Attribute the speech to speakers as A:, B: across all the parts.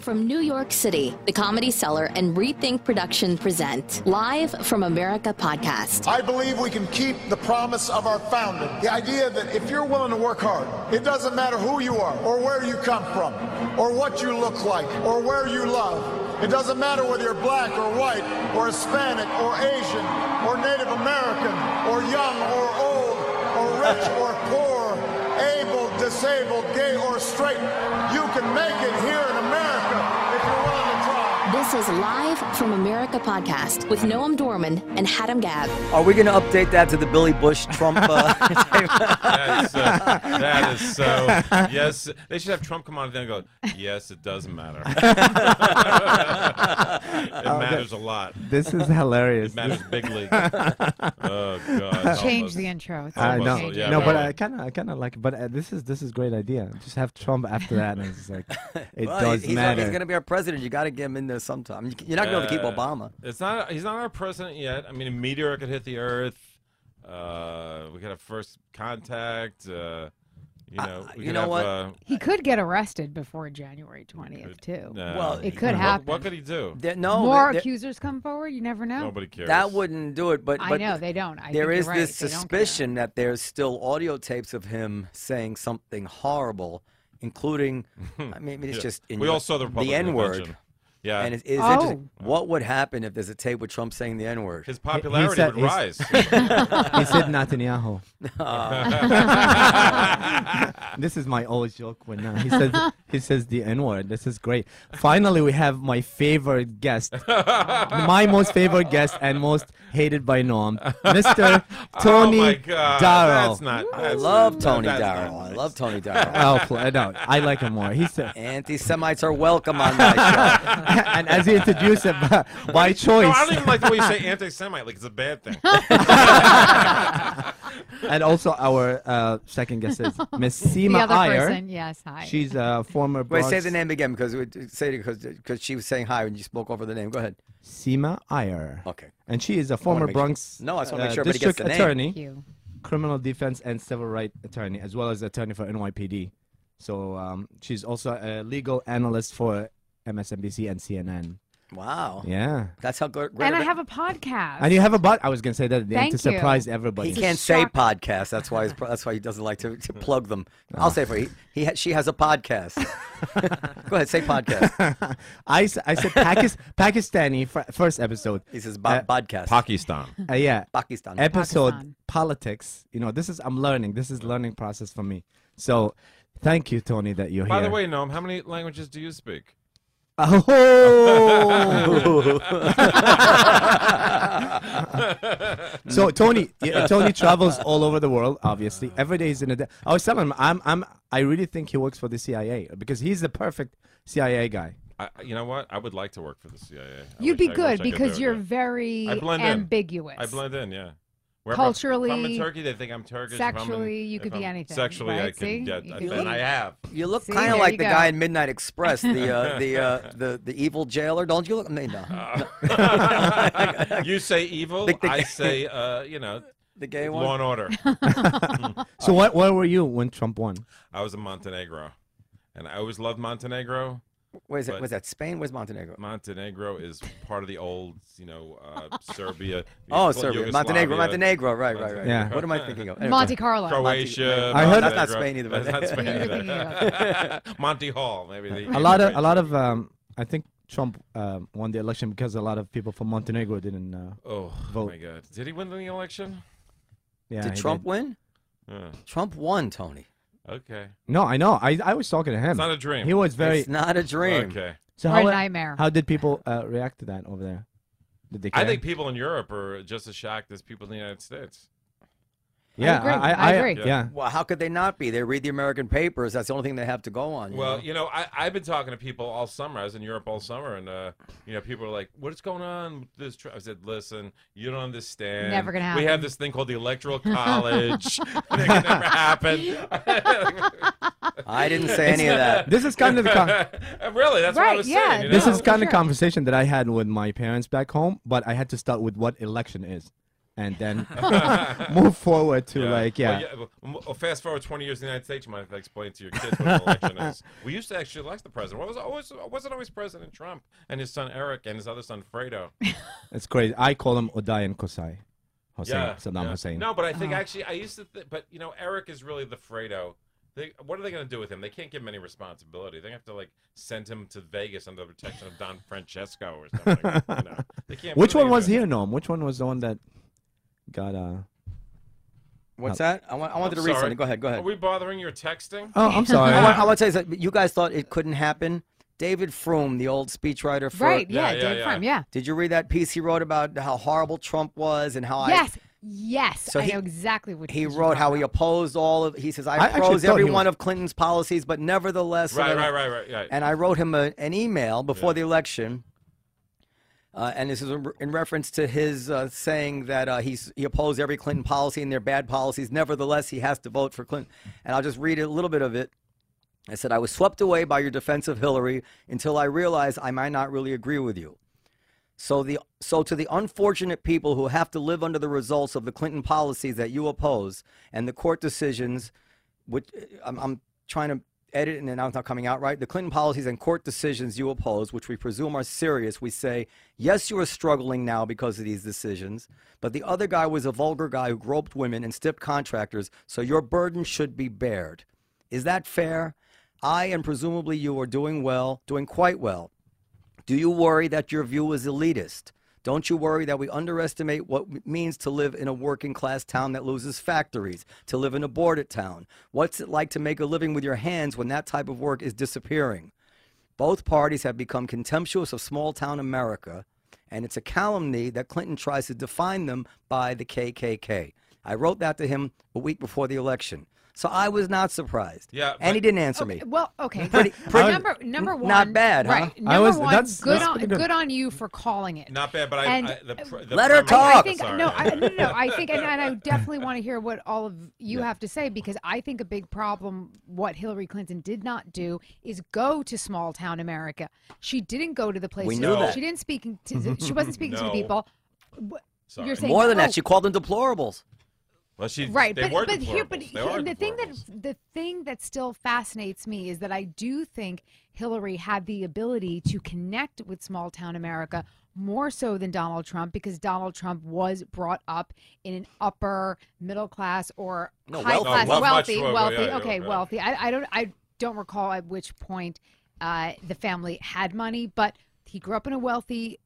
A: From New York City, the Comedy Cellar and Rethink Production present Live from America podcast.
B: I believe we can keep the promise of our founding. The idea that if you're willing to work hard, it doesn't matter who you are, or where you come from, or what you look like, or where you love. It doesn't matter whether you're black or white, or Hispanic, or Asian, or Native American, or young or old, or rich or poor, able, disabled, gay or straight. You can make it here in America if you're willing to try.
A: This is Live from America podcast with Noam Dorman and Hadam Gab.
C: Are we going to update that to the Billy Bush Trump? Uh,
D: That's, uh, that is so. Yes, they should have Trump come on and then go. Yes, it does matter. it matters a lot.
E: This is hilarious.
D: It matters bigly. Oh God.
F: Change
D: almost.
F: the intro. It's
E: I
F: almost
E: know,
F: changing.
D: yeah,
E: no, but
D: right.
E: I kind of, I kind of like. But uh, this is this is great idea. Just have Trump after that, and it's like it
C: well,
E: does
C: he's, he's
E: matter.
C: going to be our president. You got to get him in there sometime. You- You're not going to be able to keep Obama.
D: It's not. He's not our president yet. I mean, a meteor could hit the Earth. Uh, we could have first contact. Uh, you know. we
C: you
D: could
C: know
D: have,
C: what?
D: Uh,
F: He could get arrested before January 20th, too.
D: no.
C: Well, It
F: could
D: What-
F: happen.
D: What could he do?
C: There- no,
F: More
C: there-
F: accusers come forward. You never know.
D: Nobody cares.
C: that wouldn't do it. But,
F: I
C: but
F: know they don't. I
C: there
F: think
C: is
F: you're
C: this
F: right. They don't care.
C: suspicion that there's still audio tapes of him saying something horrible, including, I mean, it's
D: Yeah.
C: just in
D: we
C: your-
D: all saw the Republican
C: N word.
D: convention. Yeah.
C: And it is
F: Oh.
C: interesting. What would happen if there's a tape with Trump saying the N word?
D: his popularity
E: said-
D: would rise.
E: he's- he said Netanyahu. this is my old joke when uh, he says he says the N word. This is great. Finally, we have my favorite guest, my most favorite guest and most hated by Norm, Mr. Tony
D: oh my God,
E: Darrow.
D: That's not.
C: I
D: that's-
C: love
D: that-
C: Tony
D: that's not
C: Darrow. I
D: nice.
C: love Tony Darrow.
E: Oh, pl- no, I like him more. He's a,
C: Anti Semites are welcome on my show.
E: and as he introduced him by
D: No,
E: choice,
D: I don't even like the way you say anti-Semite. Like it's a bad thing.
E: and also our uh, second guest is Miss
F: The
E: Seema
F: other
E: Iyer.
F: person, yes, hi.
E: She's a former
C: Wait,
E: Bronx
C: say the name again because it- say because because she was saying hi when you spoke over the name. Go ahead.
E: Seema Iyer.
C: Okay.
E: And she is a
C: wanna
E: former
C: make sure-
E: Bronx
C: No, I just wanna make
E: uh,
C: sure everybody gets
E: district
C: the name.
E: attorney,
F: Thank you.
E: criminal defense and civil rights attorney, as well as attorney for NYPD. So um, she's also a legal analyst for MSNBC and CNN.
C: Wow.
E: Yeah.
C: That's how gr- great.
F: And
C: of
F: I
C: a-
F: have a podcast.
E: And you have a bot. I was gonna say that at the end
F: Thank
E: to
F: you.
E: surprise
C: he
E: everybody.
C: can't
F: a
C: say
F: shock.
C: podcast. That's why. He's, pro- that's why he doesn't like to, to plug them. I'll say it for you. He, he ha- she has a podcast. Go ahead, say podcast.
E: I, s- I said Pakis- Pakistani fir- first episode.
C: He says bo- podcast.
D: Pakistan.
E: Uh, yeah,
C: Pakistan.
E: episode
F: Pakistan.
E: politics. You know, this is I'm learning. This is learning process for me. So, thank you, Tony, that you're
D: By
E: here.
D: the way, Noam, how many languages do you speak?
E: oh. so Tony, yeah, Tony travels all over the world. Obviously, every day is in a day. I was telling him, I'm, I'm, I really think he works for the CIA because he's the perfect CIA guy.
D: I, I- you know what? I would like to work for the CIA. I
F: You'd
D: wish-
F: be
D: I wish
F: good
D: I could do
F: because
D: it,
F: you're
D: yeah.
F: very
D: I blend in.
F: ambiguous.
D: I blend in, yeah. Where
F: Culturally,
D: if I'm in Turkey, they think I'm Turkish. If I'm in-
F: sexually, you
D: if
F: could be
D: I'm-
F: anything,
D: Sexually, I
F: right?
D: could
F: See?
D: get,
F: You
D: I-
F: could
D: and
F: be-
D: I have.
C: You look
F: See,
C: kind
F: there
C: of like
F: you
C: the
F: go.
C: guy in Midnight Express, the uh, the uh, the the evil jailer. Don't you look? I mean, no.
D: you say evil.
C: Think the-
D: I say, uh, you know,
C: the gay one.
D: law and order.
E: So what, where were you when Trump won?
D: I was in Montenegro, and I always loved Montenegro.
C: Where's that?
D: but-
C: Was that Spain? Where's Montenegro?
D: Montenegro is part of the old, you know, uh, Serbia.
C: Oh,
D: Well,
C: Serbia,
D: Yugoslavia,
C: Montenegro, Montenegro, right, right, right.
E: Yeah.
C: What am I thinking of? Anyway,
F: Monte Carlo.
D: Croatia.
E: I heard-
C: That's not Spain either,
D: That's
C: but-
D: not Spain
F: What are you thinking
D: either. Monty Hall, maybe. The,
E: A lot of, a lot of, um, I think Trump uh, won the election because a lot of people from Montenegro didn't. Uh,
D: Oh
E: Vote.
D: my God! Did he win the election?
E: yeah,
C: Did
E: he
C: Trump win?
D: Uh,
C: Trump won, Tony.
D: okay.
E: No, I know. I, I was talking to him.
D: It's not a dream.
E: He was very.
C: It's not a dream.
D: Okay.
E: So
F: Or
E: how,
F: a nightmare.
E: How did people uh, react to that over there? Did they? Care?
D: I think people in Europe are just as shocked as people in the United States.
E: Yeah,
F: agree.
E: I,
F: I
E: I,
F: agree.
E: Yeah. yeah.
C: Well, how could they not be? They read the American papers. That's the only thing they have to go on. you
D: Well,
C: know?
D: you know, I, I've been talking to people all summer. I was in Europe all summer, and uh, you know, people are like, "What's going on with this?" Trump?" I said, "Listen, you don't understand.
F: Never gonna
D: We have
F: happen.
D: this thing called the Electoral College. it can never happen.
C: I didn't say any of that.
E: This is kind of the con-
D: really, that's what I
F: Right,
D: was
F: yeah,
D: saying. You know?
E: this
F: No,
E: is
F: for
E: kind of
F: sure.
E: conversation that I had with my parents back home, but I had to start with what election is. and then move forward to like yeah.
D: Well, well, m- well, fast forward 20 years in the United States, you might have to explain to your kids what an election is. We used to actually elect the president. What was always wasn't always President Trump and his son Eric and his other son Fredo.
E: It's crazy. I call him Odayan Kosai. Hossein,
D: yeah,
E: Saddam
D: yeah.
E: Hussein.
D: No, but I
F: Uh-huh.
D: think actually I used to. Th- but you know, Eric is really the Fredo. They, what are they going to do with him? They can't give him any responsibility. They have to like send him to Vegas under the protection of Don Francesco or something. you know? They can't.
E: Which
D: what are
E: one
D: they
E: was
D: gonna do?
E: here, Norm? Which one was the one that got uh
C: What's that? I, want, I wanted to
D: I'm
C: read
D: sorry.
C: something. Go ahead. Go ahead.
D: Are we bothering your texting?
E: Oh, I'm
C: I want,
E: sorry.
C: I want to tell you something. You guys thought it couldn't happen. David Froome, the old speechwriter for.
F: Right.
D: Yeah,
F: Yeah.
D: yeah,
F: Dave
D: yeah.
F: Prime. Yeah.
C: Did you read that piece he wrote about how horrible Trump was and how
F: Yes. Yes.
C: So
F: I
C: he-
F: know exactly what
C: I? He
F: you're
C: wrote how
F: talking
C: he
F: about.
C: opposed all of. He says, "I
E: I actually
C: oppose
E: thought
C: every
E: he
C: one
E: was-
C: of Clinton's policies, but nevertheless."
D: Right, right, right, right, right.
C: And I wrote him a, an email before the election, uh, and this is in re- in reference to his uh, saying that uh, he's, he opposed every Clinton policy and their bad policies. Nevertheless, he has to vote for Clinton. And I'll just read a little bit of it. I said, I was swept away by your defense of Hillary until I realized I might not really agree with you. So the so to the unfortunate people who have to live under the results of the Clinton policies that you oppose and the court decisions, which uh, I'm, I'm trying to edit and now it's not coming out right. The Clinton policies and court decisions you oppose, which we presume are serious, we say yes, you are struggling now because of these decisions. But the other guy was a vulgar guy who groped women and stiffed contractors, so your burden should be bared. Is that fair? I and presumably you are doing well, doing quite well. Do you worry that your view is elitist? Don't you worry that we underestimate what it means to live in a working class town that loses factories, to live in a border town? What's it like to make a living with your hands when that type of work is disappearing? Both parties have become contemptuous of small town America, and it's a calumny that Clinton tries to define them by the KKK. I wrote that to him a week before the election. So I was not surprised.
D: Yeah,
C: And he
D: but-
C: didn't answer me.
F: Well, okay.
C: Pretty- pretty-
F: number number
C: n-
F: one.
C: not bad, huh?
F: Right. Number
E: I was-
F: one.
E: that's-
F: good
E: that's
F: on
E: pretty good.
F: good on you for calling it.
D: Not bad, but I,
F: And,
D: I the, pr- the
C: Let her
D: premise-
C: talk.
F: I
C: Oh,
F: think
D: Sorry.
F: no, I, no, no, no. I think, and, and I definitely want to hear what all of you have to say because I think a big problem what Hillary Clinton did not do is go to small town America. She didn't go to the places.
C: know that.
F: She didn't speaking to. She wasn't speaking to
D: No.
F: the people.
D: Sorry.
F: You're saying
C: More than
F: oh,
C: that, she called them deplorables.
D: Well, she
F: right
D: They
F: but
D: were
F: but here but
D: deplorables. They
F: here-
D: are
F: the thing
D: deplorables.
F: that the thing that still fascinates me is that i do think hillary had the ability to connect with small town america more so than donald trump because donald trump was brought up in an upper middle class or
C: No,
F: high
C: wealthy.
F: class
D: Oh, well, much
F: wealthy
D: lower,
F: wealthy
D: yeah, yeah,
F: okay
D: yeah.
F: wealthy I, I don't i don't recall at which point uh, the family had money but he grew up in a wealthy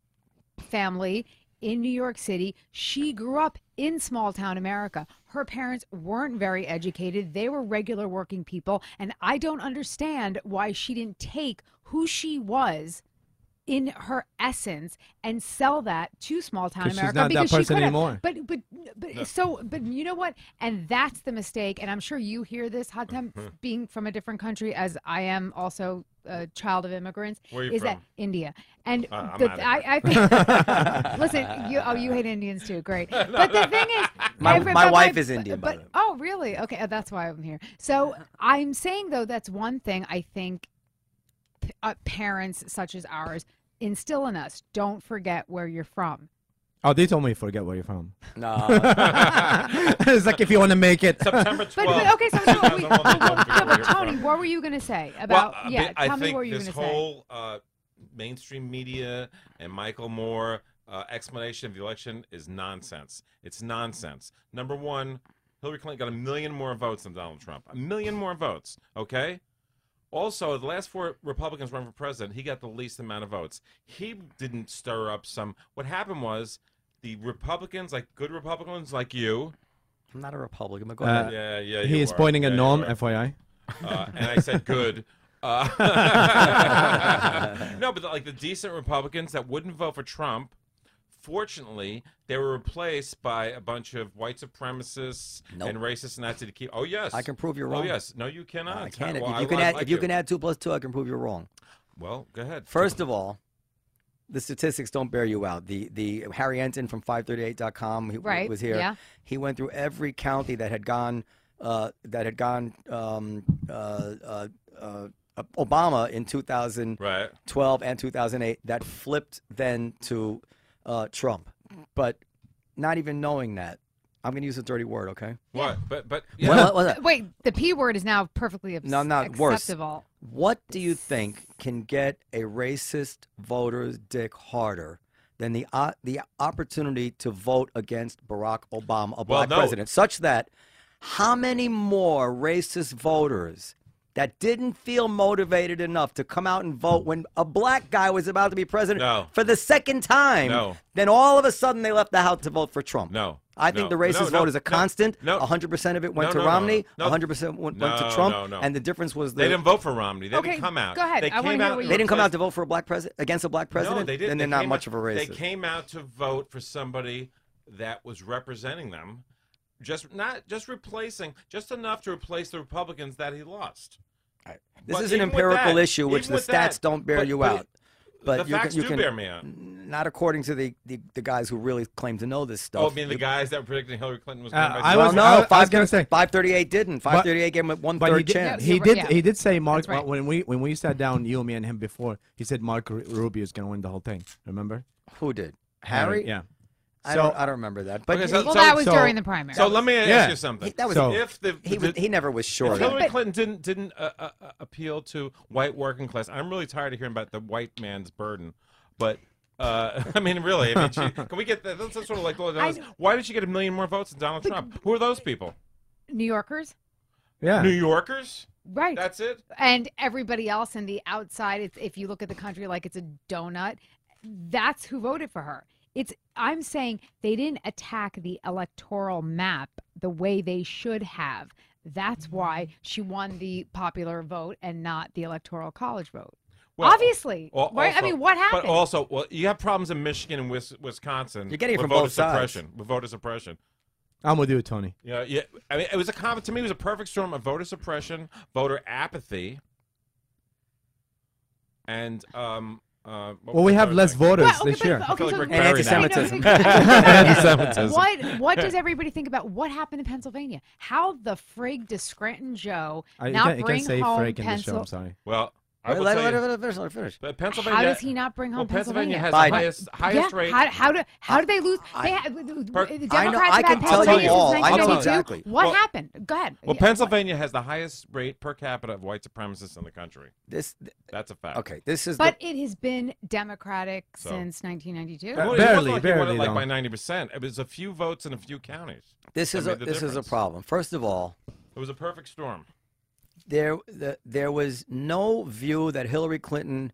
F: family in New York City. She grew up in small town America. Her parents weren't very educated, they were regular working people. And I don't understand why she didn't take who she was. In her essence, and sell that to small town
E: 'Cause she's
F: America
E: not that
F: because she
E: person
F: could
E: anymore.
F: But but but so but you know what? And that's the mistake. And I'm sure you hear this, Hatem,
D: Mm-hmm.
F: being from a different country, as I am also a child of immigrants.
D: Where are you
F: is that
D: from?
F: India? And
D: Uh, I'm
F: the,
D: outta
F: I,
D: here.
F: I think. listen, you, oh, you hate Indians too. Great. But the thing is,
C: My-
F: every-
C: my
F: but
C: wife is Indian, by
F: But,
C: the way.
F: oh, really? Okay, oh, that's why I'm here. So I'm saying though, that's one thing I think p- uh, parents such as ours instill in us. Don't forget where you're from.
E: Oh, they told me forget where you're from.
C: No,
E: it's like if you want to make it.
D: September 12th.
F: But, but okay, so no, wait,
D: 2001,
F: but-
D: don't
F: but-
D: forget
F: no,
D: where
F: but
D: you're
F: Tony,
D: from.
F: what were you gonna say about?
D: well, I
F: yeah,
D: mean, I
F: tell me
D: think
F: what you were
D: this
F: gonna say.
D: whole uh, mainstream media and Michael Moore uh, explanation of the election is nonsense. It's nonsense. Number one, Hillary Clinton got a million more votes than Donald Trump. A million more votes. Okay. Also, the last four Republicans run for president, he got the least amount of votes. He didn't stir up some. What happened was the Republicans, like good Republicans like you,
C: I'm not a Republican, but go
E: Uh,
C: ahead.
D: yeah, yeah,
E: he
D: you
E: is
D: are.
E: pointing
D: Yeah,
E: at
D: you
E: Norm,
D: are.
E: FYI.
D: Uh, and I said, good. Uh, no, but like the decent Republicans that wouldn't vote for Trump, fortunately, they were replaced by a bunch of white supremacists
C: Nope.
D: and racists Nazi to keep. Oh yes,
C: I can prove you're wrong.
D: Oh yes, no, you cannot.
C: I can.
D: Well,
C: if
D: I
C: you can
D: li-
C: add,
D: like
C: if you, can add two plus two, I can prove you're wrong.
D: Well, go ahead.
C: First of all, the statistics don't bear you out. The the Harry Enton from 538.com who
F: Right,
C: was here.
F: yeah.
C: He went through every county that had gone uh, that had gone um, uh, uh, uh, Obama in 2000.
D: right.
C: 12 and 2008 that flipped then to uh, Trump. But not even knowing that. I'm going to use a dirty word, okay?
D: What? But but yeah.
C: What, what- what-
F: Wait, the P word is now perfectly abs-
C: No, not worse.
F: acceptable.
C: what do you think can get a racist voter's dick harder than the o the opportunity to vote against Barack Obama, a black
D: no.
C: president, such that how many more racist voters that didn't feel motivated enough to come out and vote when a black guy was about to be president
D: No.
C: for the second time,
D: No.
C: then all of a sudden they left the house to vote for Trump?
D: No.
C: I think the
D: No.
C: racist
D: No, no,
C: vote is a
D: no,
C: constant.
D: no.
C: 100% of it went
D: No,
C: to
D: no, no,
C: Romney,
D: no.
C: 100% went, went
D: No,
C: to Trump,
D: no, no.
C: and the difference was the
D: They didn't vote for Romney. They
F: Okay,
D: didn't come out.
F: go ahead.
D: They
F: I wanna
D: came
F: hear
D: out.
F: what you
C: they didn't come out
D: as-
C: to vote for a black president against a black president.
D: No, they didn't.
C: Then they're not
D: They came
C: much of
D: out-
C: a racist.
D: They came out to vote for somebody that was representing them, just not just replacing, just enough to replace the Republicans that he lost.
C: this
D: But
C: is an
D: even with
C: empirical
D: that-
C: issue, which
D: even
C: the stats
D: with that,
C: don't bear
D: but-
C: you
D: but
C: out. But
D: the
C: you can,
D: facts
C: Mm, you
D: do
C: can,
D: bear me out.
C: Not according to the, the, the guys who really claim to know this stuff.
D: Oh, I mean the
C: You-
D: guys that were predicting Hillary Clinton was.
E: Uh,
D: gonna
E: I
D: buy-
C: well,
E: was-
C: no,
E: I was
C: five-
E: gonna say-
C: 538 didn't. 538 gave him a one
E: But he
C: third
E: did,
C: chance.
E: he
F: you're
E: did.
F: right, yeah.
E: He did say Mark
F: That's right.
E: when we when we sat down, you, me, and him before. He said Mark Ru- Rubio is gonna win the whole thing. Remember?
C: Who did? Harry?
E: Yeah.
C: I,
E: So-
C: don't, I don't remember that. But
D: Okay,
C: he,
D: so-
F: Well, that was
E: so-
F: during the primary.
D: so let me ask
E: Yeah.
D: you something.
C: he- that was,
E: So-
D: if the,
C: he, was,
D: the-
C: he never was sure.
D: If
C: of that.
D: Hillary Clinton didn't didn't uh, uh, uh, appeal to white working class. I'm really tired of hearing about the white man's burden, but uh, I mean, really, I mean, she, can we get that? That's that's sort of like
F: I-
D: why did she get a million more votes than Donald Trump? Who are those people?
F: New Yorkers,
E: Yeah.
D: New Yorkers?
F: right?
D: That's it.
F: and everybody else in the outside it's, if you look at the country like it's a donut that's who voted for her it's i'm saying they didn't attack the electoral map the way they should have
D: Mm-hmm.
F: that's why she won the popular vote and not the electoral college vote
D: Well,
F: obviously
D: al-
F: right i
D: also-
F: mean what happened
D: But also, well, you have problems in Michigan and Wis- Wisconsin.
C: You're getting it
D: with
C: from
D: voter
C: both sides.
D: suppression. With voter suppression.
E: I'm with you, Tony.
D: Yeah, yeah. I mean, it was a com- to me. It was a perfect storm of voter suppression, voter apathy, and um. Uh, what
E: Well,
D: was
E: we
D: the
E: have
D: third
E: less
D: thing?
E: voters
F: Well, okay,
E: this
F: but-
E: year.
F: okay,
D: feel like
F: so-
D: Rick
F: wait,
D: Perry
F: wait,
C: now.
F: wait, no,
C: Anti-Semitism.
D: Anti-Semitism.
F: What what does everybody think about? What happened in Pennsylvania? How the frig does Scranton Joe
E: I, you
F: not
E: can't, you
F: bring
E: can't say
F: home
E: Frank in this show.
F: Pennsylvania?
E: I'm sorry.
D: Well, I
C: Wait,
D: will
C: let,
D: tell
C: let,
D: you,
C: let, let, let her finish.
D: but Pennsylvania.
F: How does he not bring home
D: well, Pennsylvania? has
C: Biden.
D: the highest highest
F: yeah.
D: rate.
F: How, how do how do they lose?
C: I-
F: they have, the
D: Per-
F: the
D: I
F: Democrats
C: know- I
F: have
C: can
F: had
C: tell you
F: Pennsylvania
C: all. I
F: since
C: know
F: 1992.
C: exactly.
F: What
D: Well-
F: happened? Go ahead.
D: well,
F: Yeah.
D: Pennsylvania has the highest rate per capita of white supremacists in the country.
C: This,
D: That's a fact.
C: okay, this is
F: But it has been Democratic
D: So.
F: since 1992.
D: Well, it
E: Barely,
D: wasn't like He
E: barely,
D: won it like
E: though.
D: by ninety percent. It was a few votes in a few counties.
C: this
D: that
C: is a,
D: made the
C: this is a
D: difference.
C: problem. First of all,
D: It was a perfect storm.
C: there the, there was no view that Hillary Clinton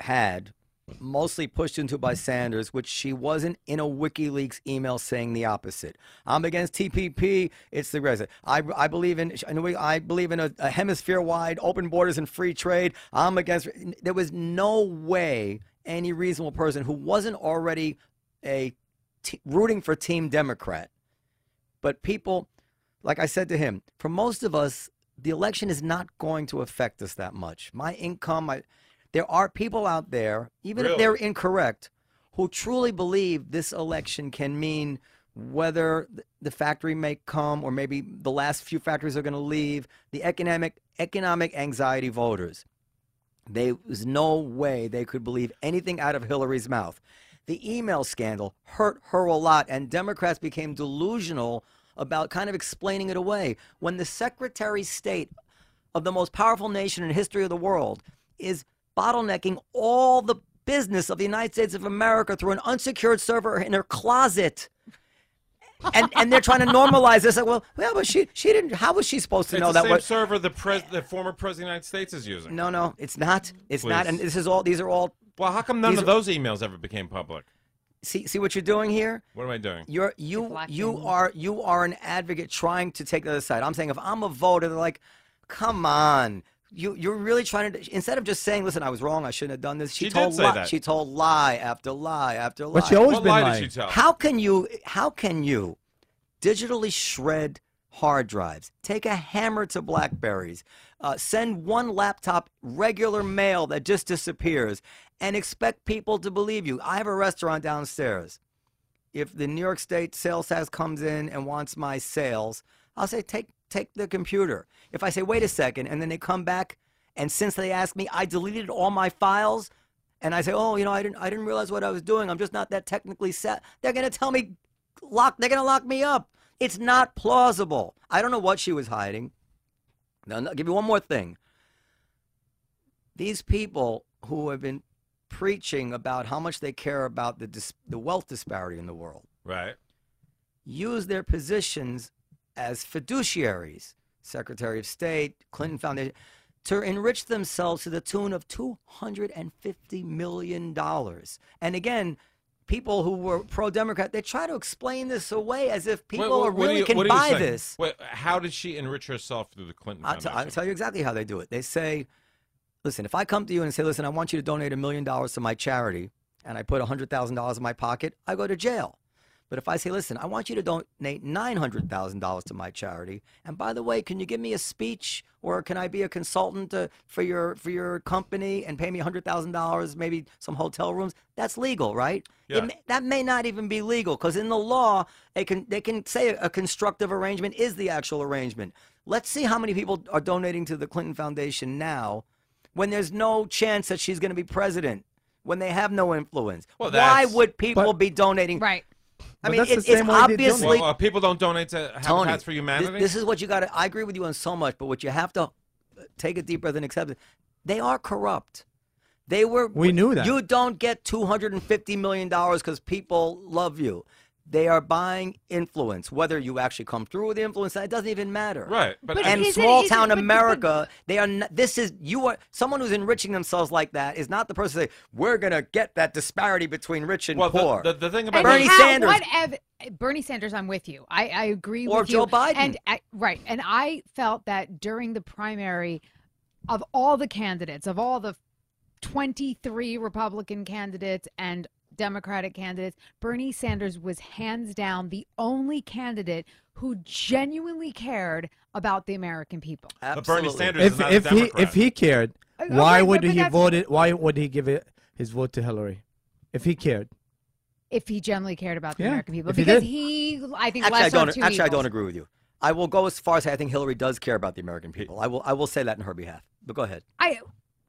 C: had, mostly pushed into by Sanders, which she wasn't in a WikiLeaks email saying the opposite. I'm against TPP. It's the resident. I, I believe in I know- I believe in a, a hemisphere wide open borders and free trade. I'm against. There was no way any reasonable person who wasn't already a t- rooting for Team Democrat but people, like I said to him, for most of us, the election is not going to affect us that much. My income, my, there are people out there, even if they're
D: Really?
C: incorrect, who truly believe this election can mean whether th- the factory may come or maybe the last few factories are going to leave. The economic economic anxiety voters. There was no way they could believe anything out of Hillary's mouth. The email scandal hurt her a lot, and Democrats became delusional about kind of explaining it away. When the Secretary of State of the most powerful nation in the history of the world is bottlenecking all the business of the United States of America through an unsecured server in her closet. and, and they're trying to normalize this. Like, well, well, but she she didn't. How was she supposed to
D: It's
C: know
D: the
C: that?
D: same
C: what,
D: server the pres- the former president of the United States is using.
C: no, no, it's not. It's not.
D: Please.
C: And this is all. These are all.
D: Well, how come none
C: These
D: of
C: are-
D: those emails ever became public?
C: See, see what you're doing here.
D: What am I doing?
C: You're you
F: Deflecting.
C: you are you are an advocate trying to take the other side. I'm saying if I'm a voter, they're like, come on. You you're really trying to instead of just saying, listen, I was wrong. I shouldn't have done this. She,
D: She did
C: told
D: say
C: lie.
D: that.
C: She told lie after lie after lie.
E: But she always
D: what
E: been
D: lie
E: lying.
D: did she tell?
C: How can you how can you digitally shred hard drives? Take a hammer to Blackberries, uh, send one laptop regular mail that just disappears, and expect people to believe you. I have a restaurant downstairs. If the New York State sales tax comes in and wants my sales, I'll say take take the computer. If I say wait a second, and then they come back, and since they asked me, I deleted all my files and I say, "Oh, you know, I didn't, I didn't realize what I was doing. I'm just not that technically set." They're gonna tell me, lock. They're gonna lock me up. It's not plausible. I don't know what she was hiding. Now, no, give you one more thing. These people who have been preaching about how much they care about the dis- the wealth disparity in the world
D: Right.
C: use their positions as fiduciaries, Secretary of State, Clinton Foundation, to enrich themselves to the tune of $250 million. And again, people who were pro Democrat, they try to explain this away as if people
D: What- what-
C: are
D: what do
C: really
D: you-
C: can
D: what do you
C: buy
D: say?
C: this. Uh,
D: Wait, how did she enrich herself through the Clinton
C: I'll, t-
D: Foundation?
C: I'll tell you exactly how they do it. They say, listen, if I come to you and say, listen, I want you to donate a million dollars to my charity, and I put $100,000 in my pocket, I go to jail. But if I say, listen, I want you to donate $900,000 to my charity, and by the way, can you give me a speech or can I be a consultant to, for, your, for your company and pay me $100,000, maybe some hotel rooms? That's legal, right? It
D: Yeah.
C: may- that may not even be legal because in the law they can they can say a constructive arrangement is the actual arrangement. Let's see how many people are donating to the Clinton Foundation now, when there's no chance that she's going to be president, when they have no influence.
D: Well,
C: Why
D: that's-
C: would people
E: But-
C: be donating?
F: Right.
C: I
E: But
C: mean,
E: that's the
C: it, it's
E: same way they
C: obviously
E: donate.
D: Well, uh, people don't donate to Habitats
C: Tony,
D: for
C: this-
D: Humanity.
C: This, is what you got to. I agree with you on so much, but what you have to uh, take a deep breath and accept it. They are corrupt. They were.
E: We knew that.
C: You don't get two hundred and fifty million dollars because people love you. They are buying influence. Whether you actually come through with the influence, it doesn't even matter.
D: right, but,
F: But
D: I-
C: And
F: Is it-
C: small
F: is it-
C: town
F: but- but-
C: America, they are. Not, this is you are someone who's enriching themselves like that is not the person to say we're gonna get that disparity between rich and
D: well,
C: poor.
D: the, the, the thing about
F: And
C: Bernie
F: how-
C: Sanders.
F: What ev- Bernie Sanders, I'm with you. I, I agree
C: Or
F: with
C: Joe
F: you.
C: Biden.
F: And I, right. And I felt that during the primary, of all the candidates, of all the 23 Republican candidates and Democratic candidates, Bernie Sanders was hands down the only candidate who genuinely cared about the American people.
D: But Bernie
C: Absolutely.
D: Sanders-
E: If
D: not a
E: if he
D: Democrat.
E: if he cared,
F: Uh,
E: why
F: okay,
E: would
F: but- but
E: he
F: that's-
E: vote it? Why would he give it his vote to Hillary? If he cared,
F: If he genuinely cared about the
E: Yeah,
F: American people,
E: if he
F: because
E: did.
F: he, I think,
C: Actually, I
F: left on
C: don't.
F: two
C: Actually, I
F: evils.
C: don't agree with you. I will go as far as I think Hillary does care about the American people. I will. I will say that in her behalf. But go ahead.
F: I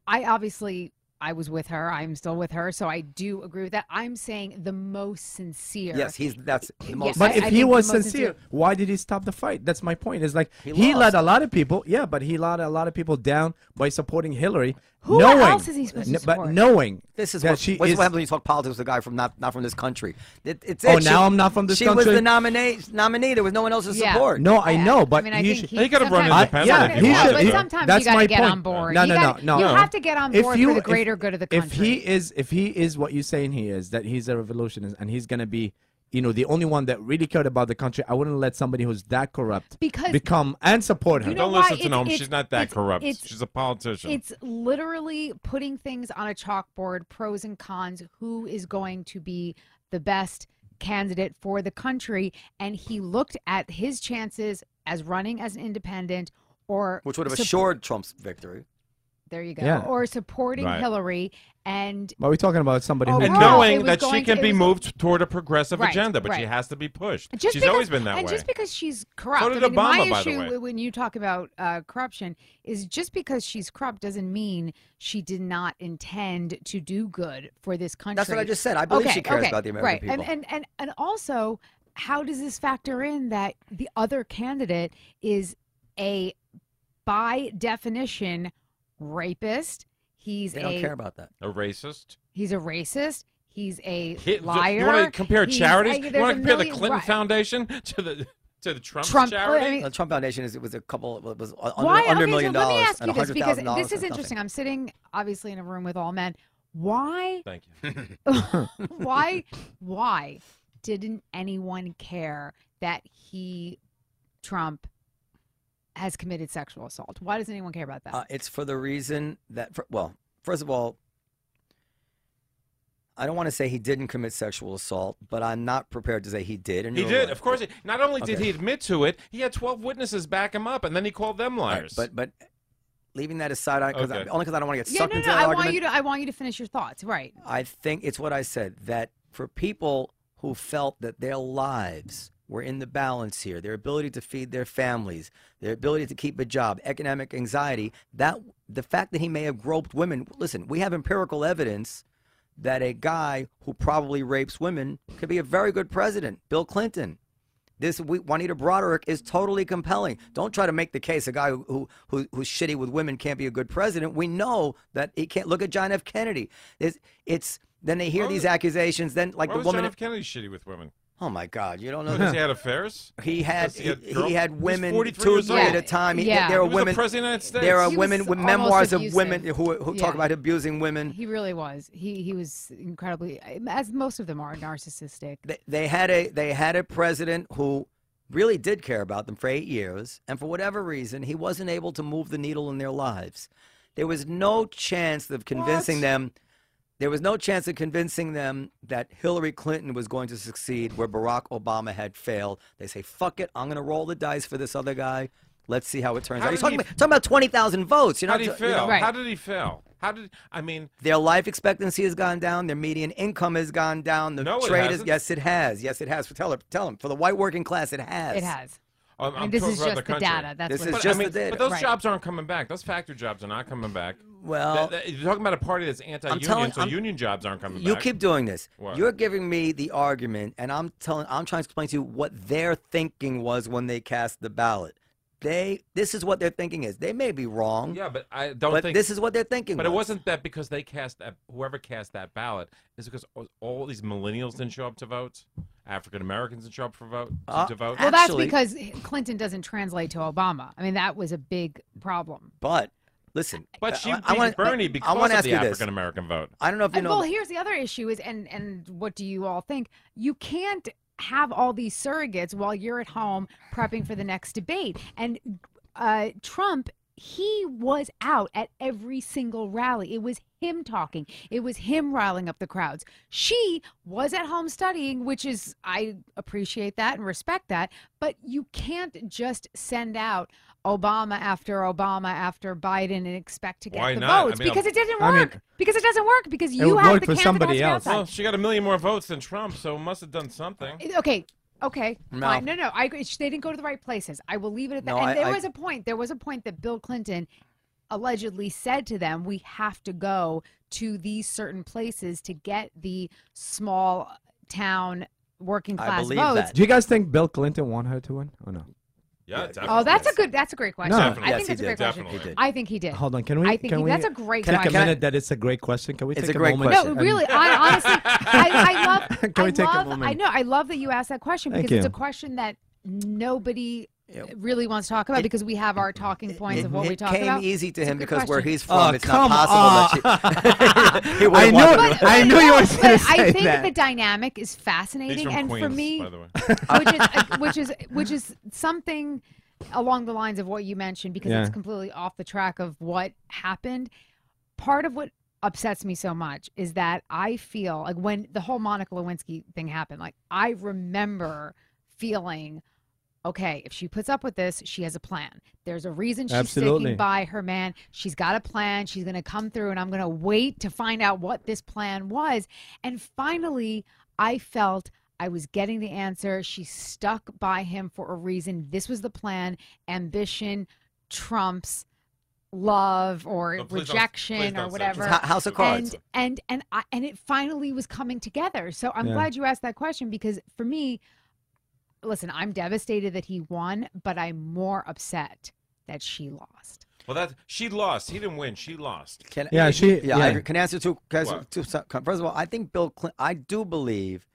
F: I obviously I was with her. I'm still with her, so I do agree with that. I'm saying the most sincere.
C: Yes, he's. That's the most.
F: Yes.
E: but
F: I-
E: if
F: I
E: he
F: think
E: was
F: the most
E: sincere,
F: sincere-
E: why did he stop the fight? That's my point. It's like
C: He
E: he,
C: lost.
E: let a lot of people, yeah, but he let a lot of people down by supporting Hillary,
F: Who
E: knowing,
F: else is he supposed to
E: kn-
F: support?
E: but knowing
C: This is
E: that
C: what,
E: she
C: what's
E: is
C: what happens when you talk politics with a guy from not not from this country. It, it's
E: Oh,
C: it.
E: now I'm not from this
C: she She was
E: country?
C: the nominee. Nominee. There was no one else to
F: Yeah.
C: support.
E: No, I know, but
F: I mean, I
E: he
F: think
E: should-
F: he,
D: He could have run
F: sometimes-
D: independent Yeah, if he he wanted should- to.
F: but sometimes
E: that's
F: you got
E: my
F: to get
E: point.
F: on board.
E: No,
F: You
E: no,
F: gotta-
E: no, no.
F: You
E: No.
F: have to get on
E: If
F: board
E: you-
F: for the
E: if-
F: greater good of the country.
E: If he is, if he is what you're saying he is, that he's a revolutionist and he's gonna be, you know, the only one that really cared about the country, I wouldn't let somebody who's that corrupt
F: Because-
E: become and support her.
F: You know
D: don't
F: why?
D: listen to
F: It's-
D: Noam.
F: it's-
D: She's not that
F: it's-
D: corrupt.
F: it's-
D: She's a politician.
F: It's literally putting things on a chalkboard, pros and cons, who is going to be the best candidate for the country. And he looked at his chances as running as an independent or
C: Which would have
F: sup-
C: assured Trump's victory.
F: there you go
E: Yeah.
F: or supporting
D: Right.
F: Hillary and
E: but we're talking about somebody
F: Oh,
E: who
D: and
F: Wow. It
D: knowing
F: was
D: that she
F: going-
D: can
F: it
D: be
F: was-
D: moved toward a progressive
F: Right,
D: agenda, but she
F: right.
D: has to be pushed.
F: just
D: she's
F: because,
D: always been that
F: and
D: way.
F: just because she's corrupt.
D: So did
F: I mean,
D: Obama,
F: my
D: by the
F: issue
D: way.
F: w- when you talk about uh, corruption is just because she's corrupt doesn't mean she did not intend to do good for this country.
C: That's what I just said. I believe she cares about the American
F: right.
C: people.
F: And, and and and also, how does this factor in that the other candidate is a by definition rapist? He's
C: they
F: a
C: don't care about that.
D: a racist.
F: he's a racist. He's a
D: Hit-
F: liar.
D: You want to compare
F: He's-
D: charities?
F: I-
D: you
F: there's
D: want to
F: a
D: compare the
F: million-
D: Clinton
F: right.
D: Foundation to the to the Trump,
F: Trump- well, I
D: charity?
F: mean,
C: The Trump Foundation is. It was a couple. It was under,
F: Why?
C: under a
F: okay,
C: million
F: so let me
C: dollars
F: ask
C: and
F: you
C: a
F: this
C: hundred
F: because
C: thousand dollars.
F: this is interesting. I'm sitting obviously in a room with all men. Why?
D: Thank you.
F: why? Why didn't anyone care that he, Trump, has committed sexual assault? Why does anyone care about that?
C: Uh, it's for the reason that, for, well, first of all, I don't want to say he didn't commit sexual assault, but I'm not prepared to say he did. And
D: He
C: you're
D: did,
C: right.
D: of course. he- Not only did
C: Okay.
D: he admit to it, he had 12 witnesses back him up, and then he called them
C: All right,
D: liars.
C: but but leaving that aside, I, 'cause I-
D: Okay.
C: only because I don't want to get
F: yeah,
C: sucked
F: no, no.
C: into
F: no,
C: that
F: I
C: argument.
F: want you to. I want you to finish your thoughts. Right.
C: I think it's what I said that for people who felt that their lives were in the balance here, their ability to feed their families, their ability to keep a job, economic anxiety, that the fact that he may have groped women. Listen, we have empirical evidence that a guy who probably rapes women could be a very good president, Bill Clinton. This we, Juanita Broderick is totally compelling. Don't try to make the case a guy who, who, who who's shitty with women can't be a good president. We know that he can't. Look at John F. Kennedy. It's, it's then they hear
D: Why was-
C: these accusations. Then like
D: Why
C: the
D: was
C: woman.
D: John F. Kennedy shitty with women?
C: oh my God! You don't know
D: Because
C: this.
D: he had affairs.
C: He had
D: Because he
C: he,
D: had
C: he
D: girl- he
C: had
D: was
C: women
D: 43
C: two or
D: years
C: three
F: old.
C: at a time. He-
F: Yeah.
C: there are
D: He was
C: women.
D: the president of the United States.
C: there are
F: He
C: women
F: was
C: with
F: almost
C: memoirs of
F: abusive.
C: women who who
F: Yeah.
C: talk about abusing women.
F: He really was. He he was incredibly, as most of them are, narcissistic.
C: They, they had a they had a president who really did care about them for eight years, and for whatever reason, he wasn't able to move the needle in their lives. There was no chance of convincing them. There was no chance of convincing them that Hillary Clinton was going to succeed where Barack Obama had failed. They say, "Fuck it, I'm going to roll the dice for this other guy. Let's see how it turns
D: How
C: out." He's
D: did
C: talking,
D: he-
C: about, talking about twenty thousand votes. You know,
D: How did he
C: t- you know,
D: fail?
F: Right.
D: How did he fail? How did I mean?
C: their life expectancy has gone down. Their median income has gone down. The
D: No, it
C: trade has
D: hasn't.
C: yes, it has. Yes, it has. Tell her, tell him for the white working class, it has.
F: It has.
D: I'm, um, I'm
F: and this
D: talking
F: is
D: about
F: just
D: the
F: the,
D: country.
F: data. That's
C: This is
F: what it
D: But,
C: just
D: I mean,
C: the data.
D: but those
F: Right.
D: jobs aren't coming back. Those factory jobs are not coming back.
C: Well-
D: Th- th- you're talking about a party that's anti-union,
C: telling-
D: so
C: I'm-
D: union jobs aren't coming
C: You
D: back.
C: keep doing this.
D: What?
C: You're giving me the argument, and I'm telling, I'm trying to explain to you what their thinking was when they cast the ballot. They, this is what their thinking is. They may be wrong,
D: Yeah, but I don't
C: but
D: think.
C: this is what they're thinking.
D: but it
C: was.
D: wasn't that because they cast that whoever cast that ballot is because all- all these millennials didn't show up to vote, African Americans didn't show up for vote to,
C: Uh,
D: to vote.
F: Well,
C: Actually-
F: that's because Clinton doesn't translate to Obama. I mean, that was a big problem.
C: But listen,
D: But she
C: I,
D: beat
C: want
D: Bernie
C: I
D: because
C: want to
D: of
C: ask
D: the
C: you this.
D: African American vote.
C: I don't know if you
F: And,
C: know.
F: well, here's the other issue is, and and what do you all think? You can't have all these surrogates while you're at home prepping for the next debate. And uh, Trump, he was out at every single rally. It was him talking. It was him riling up the crowds. She was at home studying, which is I appreciate that and respect that. But you can't just send out. Obama after Obama after Biden and expect to get
D: Why
F: the
D: not? I
F: votes
D: mean,
F: because it didn't
E: I mean,
F: work because it doesn't work because
E: It
F: you
E: would
F: have
E: work
F: the
E: for
F: candidate
E: somebody
F: on the
E: else.
F: outside.
D: Well, she got a million more votes than Trump, so must have done something.
F: okay. Okay.
C: No.
F: Fine. No, no. I agree. They didn't go to the right places. I will leave it at that.
C: No,
F: and
C: I-
F: there
C: I-
F: was a point. There was a point that Bill Clinton allegedly said to them, "We have to go to these certain places to get the small town working
C: I
F: class
C: believe
F: votes."
C: that.
E: Do you guys think Bill Clinton want her to win or no?
D: Yeah,
C: Yeah.
D: definitely.
F: Oh, that's a good. That's a great question.
E: No.
F: I
C: Yes,
F: think
C: he
F: that's a
C: did.
F: great
D: Definitely.
F: question.
C: He did.
F: I think he did.
E: Hold on, can we?
F: I think
E: can
F: he,
E: we,
F: that's a great
E: Can I take
F: question.
E: a minute that it's a great question? Can we
C: It's
E: take
C: a great
E: moment?
C: question.
F: No,
E: and-
F: really. I honestly, I, I love.
E: Can we
F: I
E: take a
F: love, I
E: moment?
F: know. I love that you asked that question
E: Thank
F: because it's
E: you.
F: a question that nobody
C: Yeah.
F: really wants to talk about because we have our talking points
C: it,
F: of what
C: it
F: we talk
C: came
F: about.
C: easy to
F: It's a
C: him
F: good
C: because where
F: question.
C: he's from,
E: Oh,
C: it's not
E: come
C: possible that she, he
E: I
C: wouldn't want
E: knew,
C: to.
E: I knew you were going to
F: But
E: say
F: I think
E: that.
F: the dynamic is
D: He's
F: fascinating,
D: from
F: and
D: Queens,
F: for me,
D: by the way.
F: which is uh, which is which is something along the lines of what you mentioned because it's
E: Yeah.
F: completely off the track of what happened. Part of what upsets me so much is that I feel like when the whole Monica Lewinsky thing happened, like I remember feeling okay, if she puts up with this, she has a plan. There's a reason she's
E: Absolutely.
F: sticking by her man. She's got a plan. She's going to come through, and I'm going to wait to find out what this plan was. And finally, I felt I was getting the answer. She stuck by him for a reason. This was the plan. Ambition trumps love
D: Oh, please
F: or
D: don't- please
F: rejection
D: don't
F: or
D: say-
F: whatever
C: It's Ho- House of Cards.
F: and and and I, and it finally was coming together. So I'm
E: Yeah.
F: glad you asked that question because for me, listen, I'm devastated that he won, but I'm more upset that she lost.
D: Well, that she lost. He didn't win. She lost.
C: Can,
E: Yeah, she-
C: Yeah, I
E: yeah.
C: agree. Can I answer two. Can I answer
D: What?
C: two. so- First of all, I think Bill Clinton. I do believe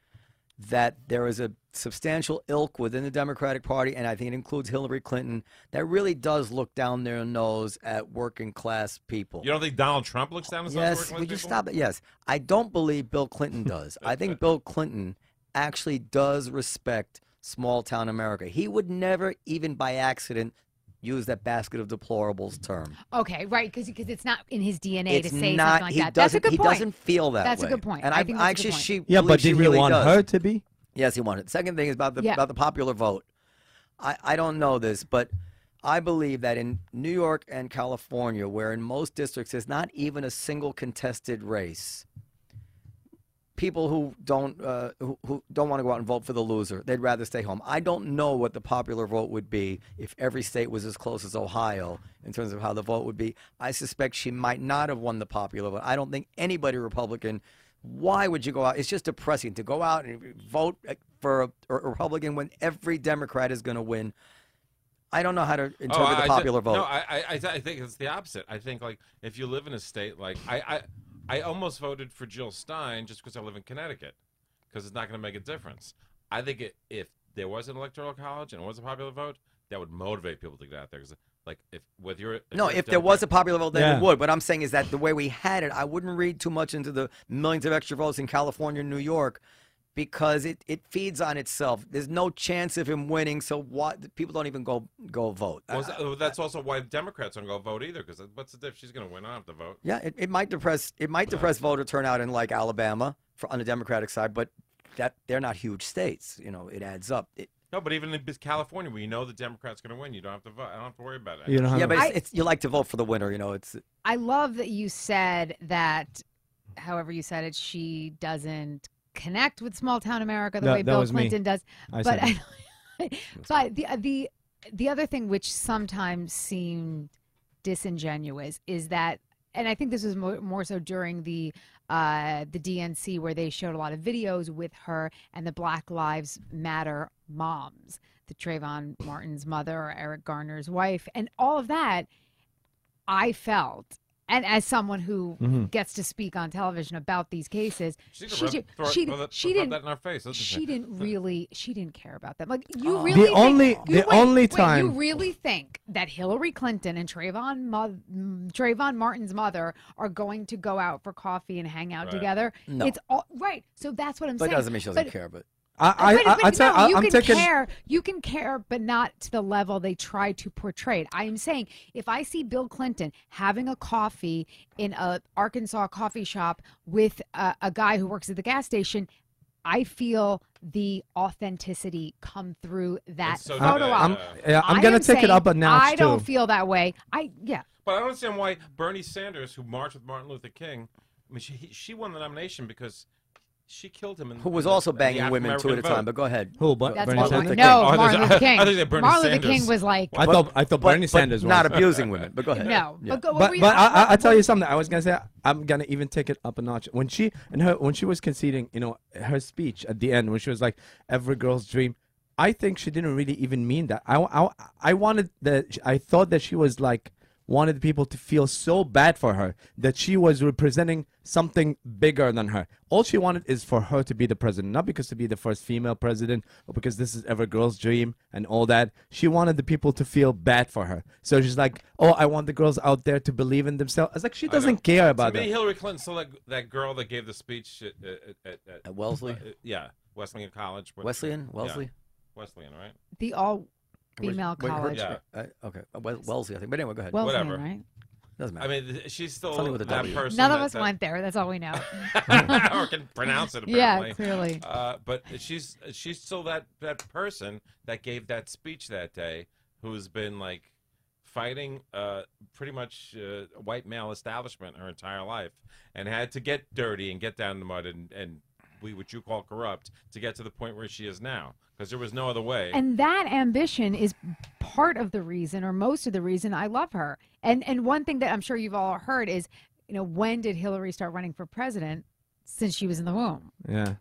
C: that there is a substantial ilk within the Democratic Party, and I think it includes Hillary Clinton, that really does look down their nose at working class people.
D: You don't think Donald Trump looks down his nose at
C: Yes,
D: working
C: would you
D: class people?
C: stop it? Yes, I don't believe Bill Clinton does. I think Bill Clinton actually does respect small town America. He would never, even by accident, use that basket of deplorables term.
F: Okay, right? Because it's not in his DNA
C: it's
F: to say
C: not.
F: something like
C: he
F: that. That's a
C: doesn't.
F: good
C: he
F: point.
C: doesn't feel that
F: That's a
C: way.
F: good point.
C: And
F: I think that's a
C: actually,
F: good point.
C: she.
E: yeah, but
C: believes she
E: did
C: really
E: he want
C: does.
E: her to be?
C: Yes, he wanted. Second thing is about the
F: Yeah.
C: about the popular vote. I, I don't know this, but I believe that in New York and California, where in most districts there's not even a single contested race, people who don't uh, who, who don't want to go out and vote for the loser, they'd rather stay home. I don't know what the popular vote would be if every state was as close as Ohio in terms of how the vote would be. I suspect she might not have won the popular vote. I don't think anybody Republican Why would you go out? It's just depressing to go out and vote uh, for a, a Republican when every Democrat is going to win. I don't know how to interpret
D: Oh, I-
C: the
D: I
C: popular
D: thi-
C: vote.
D: No, I, I, I, I think it's the opposite. I think like if you live in a state like I, I, I almost voted for Jill Stein just because I live in Connecticut, because it's not going to make a difference. I think it, if there was an electoral college and it was a popular vote, that would motivate people to get out there. 'Cause, like if with your if
C: No,
D: you're a
C: if there was a
D: Democrat-
C: popular vote, then
E: Yeah.
C: it would. What I'm saying is that the way we had it, I wouldn't read too much into the millions of extra votes in California and New York because it, it feeds on itself. There's no chance of him winning, so what people don't even go go vote.
D: Well,
C: Uh,
D: it's- oh, that's also why Democrats don't go vote either. Because what's the difference? She's going to win. I don't have to vote.
C: yeah, it, it might depress it might depress voter turnout in like Alabama for on the Democratic side, but that they're not huge states. You know, it adds up. It,
D: No, but even in California, where you know the Democrats going to win, you don't have to vote. I don't have to worry about it.
E: You know,
C: yeah, but it's,
F: I-
C: it's, you like to vote for the winner. You know, it's
F: I love that you said that, however you said it, she doesn't connect with small town America the
E: That-
F: way
E: that
F: Bill
E: was me.
F: Clinton does.
E: I
F: but
E: said
F: I, but the uh, the the other thing which sometimes seemed disingenuous is that and I think this was more, more so during the uh, the DNC where they showed a lot of videos with her and the Black Lives Matter moms, the Trayvon Martin's mother, or Eric Garner's wife, and all of that. I felt, and as someone who gets to speak on television about these cases,
D: She's
F: she
D: gonna
F: ju-
D: throw,
F: she
D: throw that,
F: she
D: throw
F: didn't
D: that in our face. doesn't
F: she didn't really she didn't care about them like you
C: Oh.
F: really
E: The
F: think-
E: only-
F: you-
E: the only
F: wait, you
E: time-
F: really think that hillary clinton and trayvon mo- mm, trayvon martin's mother are going to go out for coffee and hang out
D: Right.
F: together
C: No.
F: it's all right so that's what i'm
C: but it
F: saying
C: doesn't mean she doesn't
F: But-
C: care. But
E: I,
F: Wait,
E: I, I,
F: wait,
E: I tell,
F: no,
E: I
F: you
E: I'm
F: can
E: taking.
F: care. You can care, but not to the level they try to portray it. I am saying, if I see Bill Clinton having a coffee in a Arkansas coffee shop with a, a guy who works at the gas station, I feel the authenticity come through that
D: It's so
F: photo
D: bad.
F: op.
E: I'm, yeah, I'm
F: I
E: gonna
F: am
E: take it
F: saying
E: up a notch
F: I don't
E: too.
F: feel that way. I yeah.
D: But I don't understand why Bernie Sanders, who marched with Martin Luther King, I mean, she he- she won the nomination because she killed him. In,
C: who was
D: in the-
C: also
D: in the
C: banging
D: African
C: women two at a
D: American
C: time?
D: vote.
C: But go ahead.
E: Who, but
F: That's
E: Bernie
C: what
F: Martin
C: Sanders?
E: Sanders?
F: Luther
C: Oh,
F: No,
D: I thought
F: Martin
D: they-
F: Luther
D: I
F: King.
D: thought they said Bernie
F: Martin Luther King
D: Sanders.
F: was like,
E: I thought I thought
C: But-
E: Bernie
C: but
E: Sanders
C: not
E: was.
C: abusing women. But go ahead.
F: no.
C: Yeah.
F: But go. what
E: But
F: were you-
E: but I, I, I tell you something. I was gonna say I'm gonna even take it up a notch. When she and her when she was conceding, you know, her speech at the end when she was like, "Every girl's dream." I think she didn't really even mean that. I I, I wanted that. I thought that she was like wanted people to feel so bad for her that she was representing something bigger than her. All she wanted is for her to be the president, not because to be the first female president or because this is every girl's dream and all that. She wanted the people to feel bad for her. So she's like, "Oh, I want the girls out there to believe in themselves." It's like she doesn't care about
D: to me,
E: that.
D: Hillary Clinton, so that, that girl that gave the speech at, at, at, at-
C: At Wellesley?
D: uh, yeah, Wesleyan College. what-
C: Wesleyan?
D: yeah,
C: Wellesley?
D: Wesleyan, right?
F: the all
C: Wait,
F: female
C: wait, her-
F: college.
D: Yeah.
C: Uh, okay, Uh, Wes- Wellesley, I think. But anyway, go ahead.
F: Well,
D: Whatever.
F: right?
C: Doesn't matter.
D: I mean, th- she's still
C: Something with a
D: that
C: W.
D: person.
F: None of
D: that-
F: us
D: that-
F: went there. That's all we know.
D: or can pronounce it. Apparently.
F: Yeah, clearly.
D: Uh, but she's she's still that that person that gave that speech that day, who's been like fighting uh, pretty much uh, white male establishment her entire life, and had to get dirty and get down in the mud and and we what you call corrupt to get to the point where she is now, because there was no other way.
F: And that ambition is part of the reason, or most of the reason, I love her. And and one thing that I'm sure you've all heard is, you know, when did Hillary start running for president? Since she was in the womb,
E: Yeah.